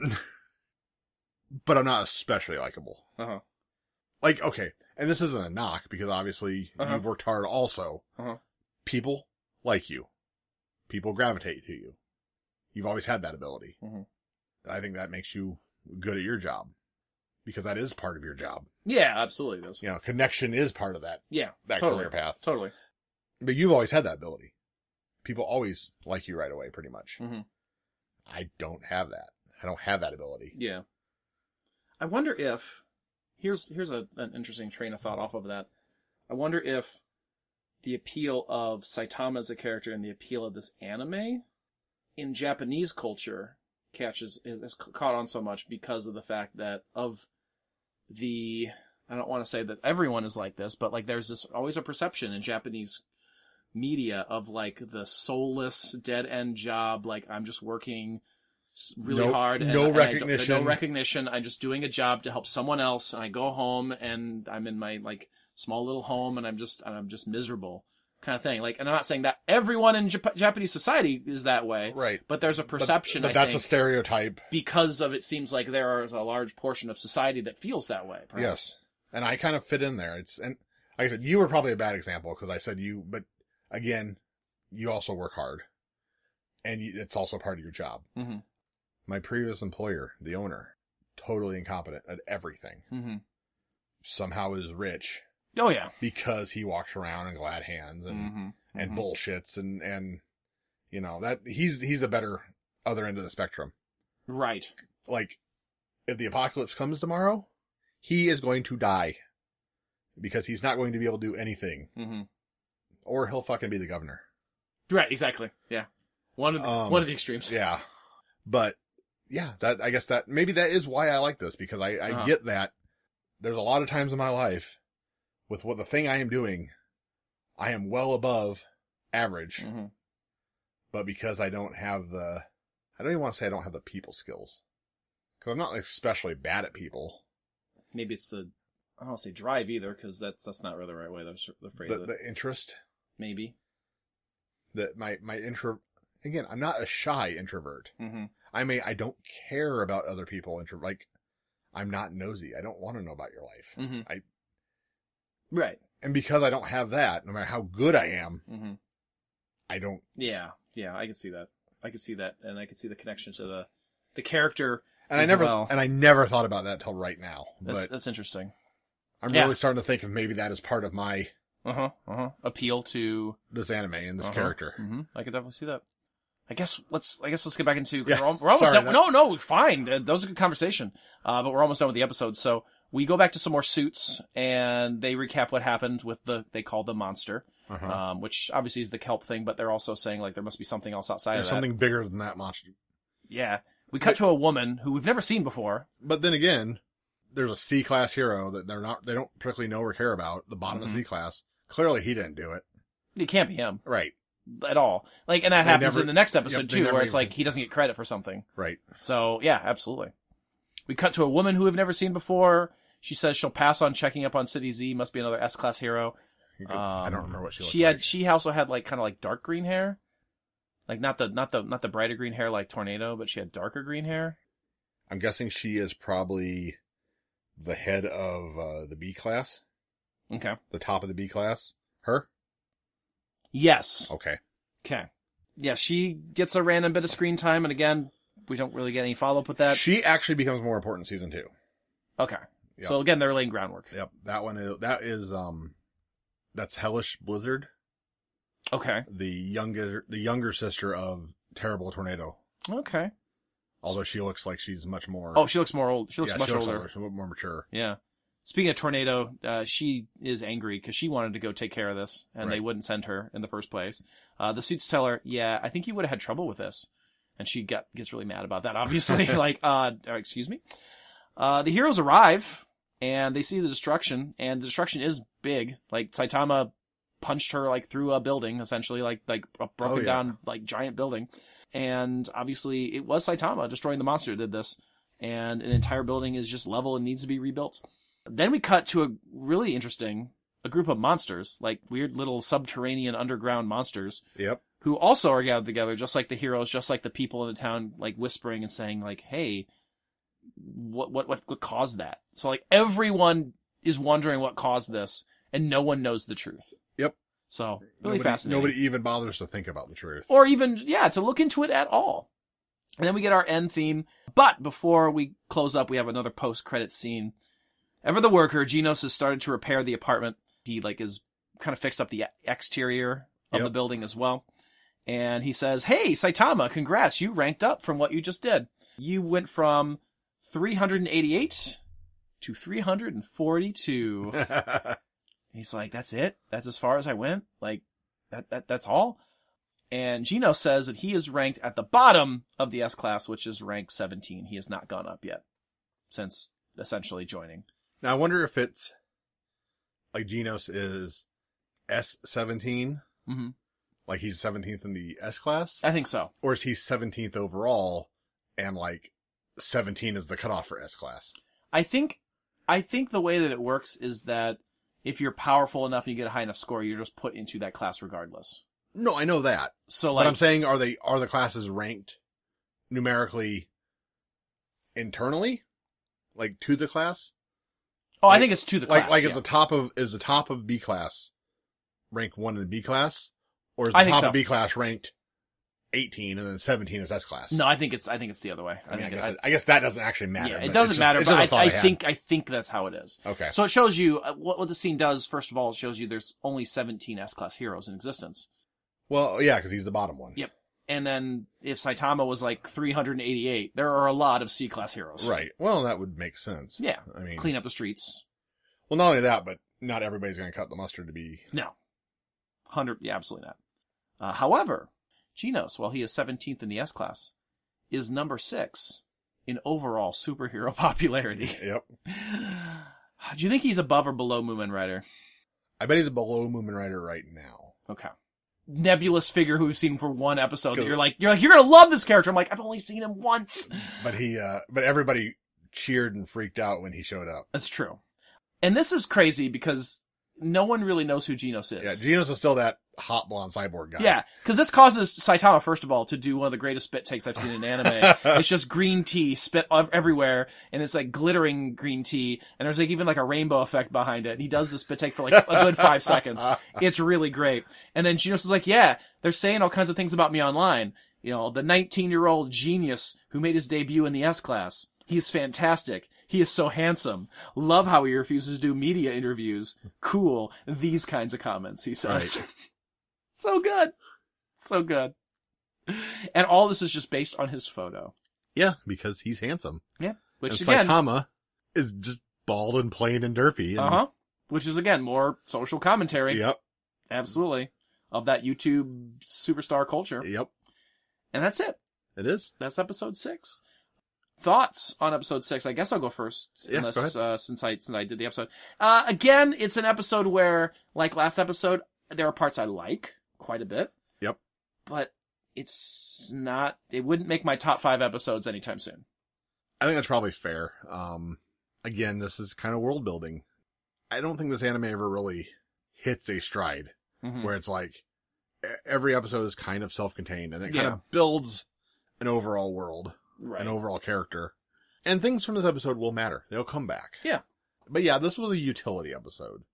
[SPEAKER 6] but i'm not especially likable
[SPEAKER 7] huh.
[SPEAKER 6] like okay and this isn't a knock because obviously
[SPEAKER 7] Uh-huh.
[SPEAKER 6] you've worked hard also
[SPEAKER 7] Uh-huh.
[SPEAKER 6] people like you people gravitate to you you've always had that ability
[SPEAKER 7] Mhm.
[SPEAKER 6] i think that makes you good at your job because that is part of your job
[SPEAKER 7] Yeah, absolutely. That's,
[SPEAKER 6] you know connection is part of that
[SPEAKER 7] yeah,
[SPEAKER 6] that
[SPEAKER 7] totally.
[SPEAKER 6] career path
[SPEAKER 7] Totally.
[SPEAKER 6] but you've always had that ability people always like you right away pretty much
[SPEAKER 7] Mhm.
[SPEAKER 6] i don't have that i don't have that ability
[SPEAKER 7] Yeah. I wonder if here's here's a, an interesting train of thought off of that. I wonder if the appeal of Saitama as a character and the appeal of this anime in Japanese culture catches is, is caught on so much because of the fact that of the I don't want to say that everyone is like this, but like there's this always a perception in Japanese media of like the soulless dead end job like I'm just working s- really
[SPEAKER 6] No-
[SPEAKER 7] hard and
[SPEAKER 6] no
[SPEAKER 7] I- and I don't-
[SPEAKER 6] recognition.
[SPEAKER 7] no recognition I'm just doing a job to help someone else and I go home and I'm in my like small little home and I'm just and I'm just miserable kind of thing like and I'm not saying that everyone in Jap- Japanese society is that way
[SPEAKER 6] right
[SPEAKER 7] but there's a perception
[SPEAKER 6] but,
[SPEAKER 7] I
[SPEAKER 6] that's
[SPEAKER 7] think,
[SPEAKER 6] a stereotype
[SPEAKER 7] because of it seems like there is a large portion of society that feels that way. perhaps.
[SPEAKER 6] Yes. And I kind of fit in there. It's, and like I said, you were probably a bad example because I said you, but again, you also work hard and you, it's also part of your job.
[SPEAKER 7] Mhm.
[SPEAKER 6] My previous employer, the owner, totally incompetent at everything,
[SPEAKER 7] Mhm.
[SPEAKER 6] somehow is rich
[SPEAKER 7] Oh yeah.
[SPEAKER 6] because he walks around in glad hands and,
[SPEAKER 7] Mhm.
[SPEAKER 6] and
[SPEAKER 7] Mhm.
[SPEAKER 6] bullshits and, and, you know, that he's, he's a better other end of the spectrum.
[SPEAKER 7] Right.
[SPEAKER 6] like if the apocalypse comes tomorrow, he is going to die because he's not going to be able to do anything
[SPEAKER 7] hmm
[SPEAKER 6] or he'll fucking be the governor.
[SPEAKER 7] Right. Exactly. Yeah. One of the,
[SPEAKER 6] Um,
[SPEAKER 7] one of the extremes.
[SPEAKER 6] Yeah. But yeah, that, I guess that maybe that is why I like this because I, I
[SPEAKER 7] Uh-huh.
[SPEAKER 6] get that there's a lot of times in my life with what the thing I am doing, I am well above average,
[SPEAKER 7] Mhm.
[SPEAKER 6] but because I don't have the, I don't even want to say I don't have the people skills because I'm not especially bad at people.
[SPEAKER 7] Maybe it's the I don't say drive either because that's that's not really the right way to s- to phrase
[SPEAKER 6] The,
[SPEAKER 7] it.
[SPEAKER 6] the interest
[SPEAKER 7] Maybe.
[SPEAKER 6] that my my intro Again, I'm not a shy introvert.
[SPEAKER 7] Mm-hmm.
[SPEAKER 6] I mean, I don't care about other people. Intro, like, I'm not nosy. I don't want to know about your life.
[SPEAKER 7] Mhm.
[SPEAKER 6] I,
[SPEAKER 7] Right.
[SPEAKER 6] and because I don't have that, no matter how good I am,
[SPEAKER 7] Mm-hmm.
[SPEAKER 6] I don't.
[SPEAKER 7] Yeah. Yeah. I can see that. I can see that, and I can see the connection to the the character.
[SPEAKER 6] And I
[SPEAKER 7] as
[SPEAKER 6] never,
[SPEAKER 7] well.
[SPEAKER 6] and I never thought about that till right now.
[SPEAKER 7] That's
[SPEAKER 6] but
[SPEAKER 7] that's interesting.
[SPEAKER 6] I'm
[SPEAKER 7] yeah.
[SPEAKER 6] really starting to think of maybe that is part of my,
[SPEAKER 7] Uh huh. Uh huh. Appeal to
[SPEAKER 6] this anime and this
[SPEAKER 7] Uh-huh.
[SPEAKER 6] character.
[SPEAKER 7] hmm I could definitely see that. I guess let's. I guess let's get back into. 'cause
[SPEAKER 6] Yeah.
[SPEAKER 7] We're, al- we're almost
[SPEAKER 6] Sorry,
[SPEAKER 7] done.
[SPEAKER 6] that-
[SPEAKER 7] No, no, fine. Uh, That was a good conversation. Uh, but we're almost done with the episode, so we go back to some more suits, and they recap what happened with the they called the monster,
[SPEAKER 6] Uh-huh.
[SPEAKER 7] um, which obviously is the kelp thing, but they're also saying like there must be something else outside
[SPEAKER 6] There's
[SPEAKER 7] of that.
[SPEAKER 6] something bigger than that monster.
[SPEAKER 7] Yeah. We cut to a woman who we've never seen before.
[SPEAKER 6] But then again, there's a C class hero that they're not, they don't particularly know or care about. The bottom
[SPEAKER 7] Mhm.
[SPEAKER 6] of C class. Clearly he didn't do it.
[SPEAKER 7] It can't be him
[SPEAKER 6] Right.
[SPEAKER 7] at all. Like, and that
[SPEAKER 6] They
[SPEAKER 7] happens
[SPEAKER 6] never-
[SPEAKER 7] in the next episode
[SPEAKER 6] yep, they
[SPEAKER 7] too,
[SPEAKER 6] never
[SPEAKER 7] where it's
[SPEAKER 6] even-
[SPEAKER 7] like he doesn't get credit for something.
[SPEAKER 6] Right.
[SPEAKER 7] So yeah, absolutely. We cut to a woman who we've never seen before. She says she'll pass on checking up on City Z. Must be another S class hero.
[SPEAKER 6] I
[SPEAKER 7] Um,
[SPEAKER 6] don't remember what she looked
[SPEAKER 7] She had.
[SPEAKER 6] like.
[SPEAKER 7] She also had like kind of like dark green hair, like not the not the not the brighter green hair like Tornado, but she had darker green hair.
[SPEAKER 6] I'm guessing she is probably the head of uh, the B class,
[SPEAKER 7] Okay.
[SPEAKER 6] the top of the B class. Her?
[SPEAKER 7] Yes.
[SPEAKER 6] Okay.
[SPEAKER 7] Okay. Yeah, she gets a random bit of screen time, and again, we don't really get any follow up with that.
[SPEAKER 6] she actually becomes more important in season two.
[SPEAKER 7] Okay.
[SPEAKER 6] Yep.
[SPEAKER 7] So again, they're laying groundwork.
[SPEAKER 6] Yep. That one is, that is, um, that's Hellish Blizzard,
[SPEAKER 7] Okay.
[SPEAKER 6] the younger, the younger sister of Terrible Tornado.
[SPEAKER 7] Okay.
[SPEAKER 6] Although she looks like she's much more.
[SPEAKER 7] Oh, she looks more old. She looks
[SPEAKER 6] yeah,
[SPEAKER 7] much
[SPEAKER 6] she looks
[SPEAKER 7] older.
[SPEAKER 6] older, She's a little more mature.
[SPEAKER 7] Yeah. Speaking of tornado, uh, she is angry because she wanted to go take care of this, and they
[SPEAKER 6] Right.
[SPEAKER 7] wouldn't send her in the first place. Uh, the suits tell her, "Yeah, I think you would have had trouble with this," and she got, gets really mad about that. Obviously, like, uh, uh, excuse me. Uh, the heroes arrive and they see the destruction, and the destruction is big. Like Saitama punched her like through a building, essentially, like like a broken
[SPEAKER 6] yeah.
[SPEAKER 7] down like giant building. And obviously, it was Saitama destroying the monster that did this and an entire building is just level and needs to be rebuilt. Then we cut to a really interesting a group of monsters, like weird little subterranean underground monsters
[SPEAKER 6] Yep.
[SPEAKER 7] who also are gathered together just like the heroes, just like the people in the town like whispering and saying like, "Hey, what what what what caused that?" So like everyone is wondering what caused this and no one knows the truth.
[SPEAKER 6] Yep.
[SPEAKER 7] So, really
[SPEAKER 6] nobody,
[SPEAKER 7] fascinating
[SPEAKER 6] Nobody even bothers to think about the truth.
[SPEAKER 7] or even yeah to look into it at all and then we get our end theme but before we close up we have another post credit scene ever the worker genos has started to repair the apartment he like is kind of fixed up the exterior of
[SPEAKER 6] Yep.
[SPEAKER 7] the building as well and he says hey saitama congrats you ranked up from what you just did you went from 388 to 342 He's like, that's it? That's as far as I went? Like, that, that, that's all? And Gino says that he is ranked at the bottom of the S class, which is rank 17. He has not gone up yet since essentially joining.
[SPEAKER 6] now I wonder if it's like Genos is S seventeen,
[SPEAKER 7] hmm
[SPEAKER 6] like he's seventeenth in the S class,
[SPEAKER 7] I think so.
[SPEAKER 6] or is he seventeenth overall, and like seventeen is the cutoff for S class.
[SPEAKER 7] I think, I think the way that it works is that if you're powerful enough and you get a high enough score, you're just put into that class regardless.
[SPEAKER 6] No, I know that,
[SPEAKER 7] So
[SPEAKER 6] but
[SPEAKER 7] like,
[SPEAKER 6] I'm saying are they are the classes ranked numerically internally, like to the class,
[SPEAKER 7] oh, I
[SPEAKER 6] like-
[SPEAKER 7] think it's to the
[SPEAKER 6] like
[SPEAKER 7] class.
[SPEAKER 6] like
[SPEAKER 7] yeah.
[SPEAKER 6] is the top of is the top of B class rank one in the B class, or is the
[SPEAKER 7] I think
[SPEAKER 6] top
[SPEAKER 7] so.
[SPEAKER 6] of B class ranked eighteen and then seventeen is S class?
[SPEAKER 7] no, I think it's, I think it's the other way.
[SPEAKER 6] I, mean, I,
[SPEAKER 7] think
[SPEAKER 6] guess
[SPEAKER 7] it,
[SPEAKER 6] it, I guess that doesn't actually matter.
[SPEAKER 7] yeah,
[SPEAKER 6] but
[SPEAKER 7] it
[SPEAKER 6] it's
[SPEAKER 7] doesn't
[SPEAKER 6] just-
[SPEAKER 7] matter,
[SPEAKER 6] it's
[SPEAKER 7] but
[SPEAKER 6] just a
[SPEAKER 7] I,
[SPEAKER 6] thought
[SPEAKER 7] I
[SPEAKER 6] had.
[SPEAKER 7] think, I think that's how it is.
[SPEAKER 6] okay.
[SPEAKER 7] So it shows you uh, what, what the scene does. First of all, it shows you there's only 17 S class heroes in existence.
[SPEAKER 6] well, yeah, because he's the bottom one.
[SPEAKER 7] Yep. And then if Saitama was like 388, there are a lot of C class heroes.
[SPEAKER 6] Right. Mm-hmm. Well, that would make sense.
[SPEAKER 7] Yeah.
[SPEAKER 6] I mean,
[SPEAKER 7] Clean up the streets.
[SPEAKER 6] well, not only that, but not everybody's going to cut the mustard to be.
[SPEAKER 7] No. 100. Yeah, absolutely not. Uh, however, Genos, while he is 17th in the S class, is number six in overall superhero popularity.
[SPEAKER 6] Yep.
[SPEAKER 7] Do you think he's above or below Moomin Rider?
[SPEAKER 6] I bet he's below Moomin Rider right now.
[SPEAKER 7] Okay. Nebulous figure who we've seen for one episode. That
[SPEAKER 6] Good.
[SPEAKER 7] you're like, you're like, you're gonna love this character. I'm like, I've only seen him once.
[SPEAKER 6] But he, uh, but everybody cheered and freaked out when he showed up.
[SPEAKER 7] That's true. And this is crazy because no one really knows who Genos is.
[SPEAKER 6] Yeah. Genos is still that hot blonde cyborg guy.
[SPEAKER 7] Yeah, because this causes Saitama, first of all, to do one of the greatest spit takes I've seen in anime. it's just green tea spit ev- everywhere, and it's like glittering green tea, and there's like even like a rainbow effect behind it. And he does the spit take for like a good five seconds. It's really great. And then Genos is like, "Yeah, they're saying all kinds of things about me online. You know, the 19 year old genius who made his debut in the S class. He's fantastic." He is so handsome. Love how he refuses to do media interviews. Cool. These kinds of comments, he says. So good. So good. And all this is just based on his photo.
[SPEAKER 6] Yeah, because he's handsome.
[SPEAKER 7] Yeah. Which
[SPEAKER 6] and
[SPEAKER 7] again,
[SPEAKER 6] Saitama is just bald and plain and derpy. And,
[SPEAKER 7] uh huh. Which is again more social commentary.
[SPEAKER 6] Yep.
[SPEAKER 7] Absolutely. Of that YouTube superstar culture.
[SPEAKER 6] Yep.
[SPEAKER 7] And that's it.
[SPEAKER 6] It is.
[SPEAKER 7] That's episode six. Thoughts on episode six? I guess I'll go first,
[SPEAKER 6] Yeah,
[SPEAKER 7] unless
[SPEAKER 6] go ahead.
[SPEAKER 7] uh, since I since I did the episode. Uh, again, it's an episode where, like last episode, there are parts I like quite a bit.
[SPEAKER 6] Yep.
[SPEAKER 7] But it's not. It wouldn't make my top five episodes anytime soon.
[SPEAKER 6] I think that's probably fair. Um, again, this is kind of world building. I don't think this anime ever really hits a stride
[SPEAKER 7] Mhm.
[SPEAKER 6] where it's like e- every episode is kind of self contained and it kind
[SPEAKER 7] Yeah.
[SPEAKER 6] of builds an overall world,
[SPEAKER 7] Right.
[SPEAKER 6] an overall character. And things from this episode will matter. They'll come back.
[SPEAKER 7] Yeah.
[SPEAKER 6] But yeah, this was a utility episode.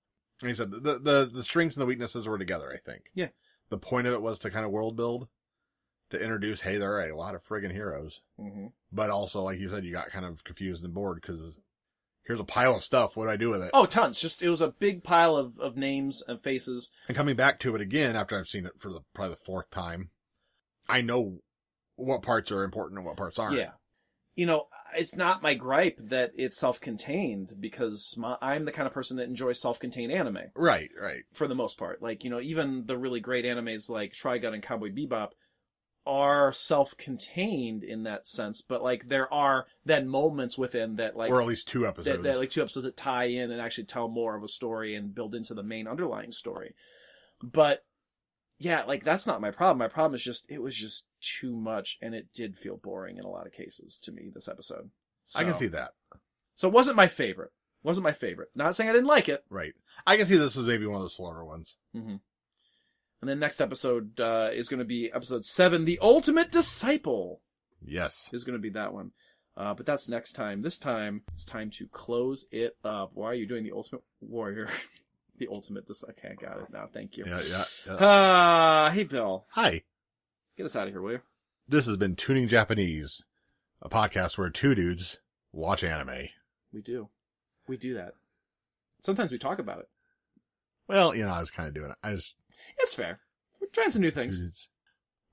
[SPEAKER 6] Like I said, the, the, the strengths and the weaknesses were together, I think.
[SPEAKER 7] Yeah.
[SPEAKER 6] The point of it was to kind of world build, to introduce, hey, there are a lot of friggin' heroes.
[SPEAKER 7] Mm-hmm.
[SPEAKER 6] But also, like you said, you got kind of confused and bored because here's a pile of stuff. What do I do with it?
[SPEAKER 7] Oh, tons. Just it was a big pile of, of names and faces.
[SPEAKER 6] And coming back to it again after I've seen it for the, probably the fourth time, I know what parts are important and what parts aren't.
[SPEAKER 7] Yeah. You know, it's not my gripe that it's self-contained because my, I'm the kind of person that enjoys self-contained anime
[SPEAKER 6] Right, right.
[SPEAKER 7] for the most part. Like, you know, even the really great animes like Trigun and Cowboy Bebop are self-contained in that sense, but like there are then moments within that like
[SPEAKER 6] or at least two episodes.
[SPEAKER 7] that, that like two episodes that tie in and actually tell more of a story and build into the main underlying story. But yeah, like that's not my problem. My problem is just it was just too much and it did feel boring in a lot of cases to me this episode.
[SPEAKER 6] I can
[SPEAKER 7] So-
[SPEAKER 6] see that.
[SPEAKER 7] So it wasn't my favorite. Wasn't my favorite. Not saying I didn't like it.
[SPEAKER 6] Right. I can see this is maybe one of the slower ones.
[SPEAKER 7] And then next episode uh, is going to be episode seven, the ultimate disciple.
[SPEAKER 6] Yes.
[SPEAKER 7] is going to be that one. Uh, but that's next time. This time, it's time to close it up. Why are you doing the Ultimate Warrior? the Ultimate. This I can't got it now. Thank you.
[SPEAKER 6] Yeah, yeah. yeah.
[SPEAKER 7] Uh, hey Bill,
[SPEAKER 6] Hi.
[SPEAKER 7] get us out of here, will you?
[SPEAKER 6] This has been Tuning Japanese, a podcast where two dudes watch anime.
[SPEAKER 7] We do. We do that. Sometimes we talk about it.
[SPEAKER 6] Well, you know, I was kind of doing it. I just
[SPEAKER 7] It's fair. We're trying some new
[SPEAKER 6] Mm-hmm.
[SPEAKER 7] things.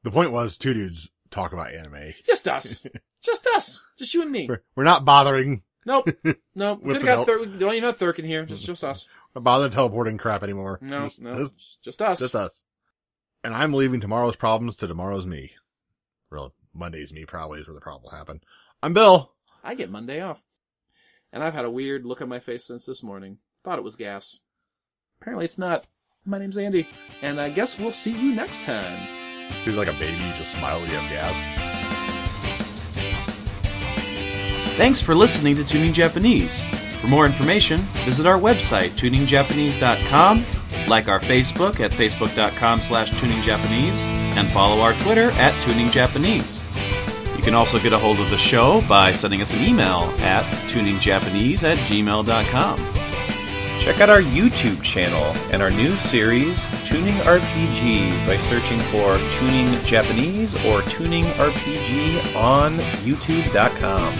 [SPEAKER 6] The point was two dudes talk about anime.
[SPEAKER 7] Just us. Just us. Just you and me.
[SPEAKER 6] We're, we're not bothering
[SPEAKER 7] Nope. Nope. We
[SPEAKER 6] Whip it
[SPEAKER 7] could have got
[SPEAKER 6] out.
[SPEAKER 7] Thur- don't even have Thurk in here. Just just us.
[SPEAKER 6] we're bothering teleporting crap anymore.
[SPEAKER 7] No,
[SPEAKER 6] Just-
[SPEAKER 7] no.
[SPEAKER 6] Just,
[SPEAKER 7] Just us.
[SPEAKER 6] just us. And I'm leaving tomorrow's problems to tomorrow's me. Well, Monday's me probably is where the problem will happen. I'm Bill.
[SPEAKER 7] I get Monday off. And I've had a weird look on my face since this morning. Thought it was gas. Apparently it's not. My name's Andy, and I guess we'll see you next time.
[SPEAKER 6] He's like a baby. You just smile when you have gas.
[SPEAKER 3] Thanks for listening to Tuning Japanese. For more information, visit our website, tuningjapanese.com, like our Facebook at facebook.com slash tuningjapanese, and follow our Twitter at tuningjapanese. You can also get a hold of the show by sending us an email at tuningjapanese at gmail.com. Check out our YouTube channel and our new series, Tuning RPG, by searching for Tuning Japanese or Tuning RPG on YouTube.com.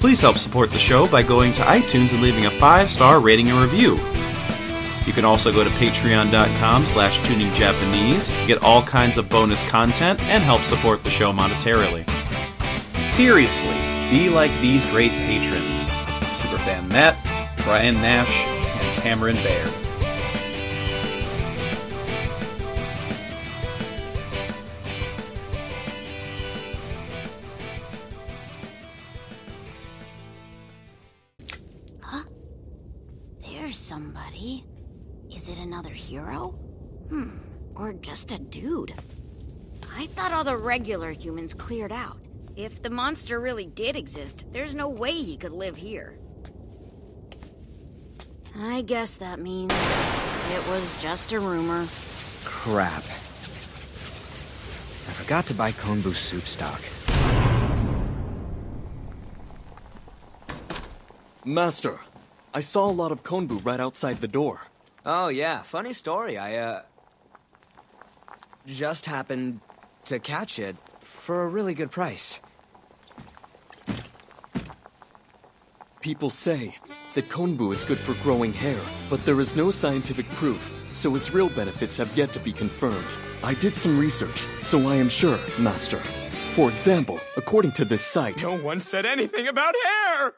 [SPEAKER 3] Please help support the show by going to iTunes and leaving a five-star rating and review. You can also go to patreon.com slash tuningjapanese to get all kinds of bonus content and help support the show monetarily. Seriously, be like these great patrons. Superfan Matt, Brian Nash, and Cameron Baer.
[SPEAKER 9] There's somebody. Is it another hero? Hmm, or just a dude? I thought all the regular humans cleared out. If the monster really did exist, there's no way he could live here. I guess that means it was just a rumor.
[SPEAKER 4] Crap. I forgot to buy kombu soup stock.
[SPEAKER 10] Master, I saw a lot of konbu right outside the door.
[SPEAKER 4] Oh, yeah. Funny story. I, uh. Just happened to catch it for a really good price.
[SPEAKER 10] People say that konbu is good for growing hair, but there is no scientific proof, so its real benefits have yet to be confirmed. I did some research, so I am sure, Master. For example, according to this site,
[SPEAKER 2] No one said anything about hair!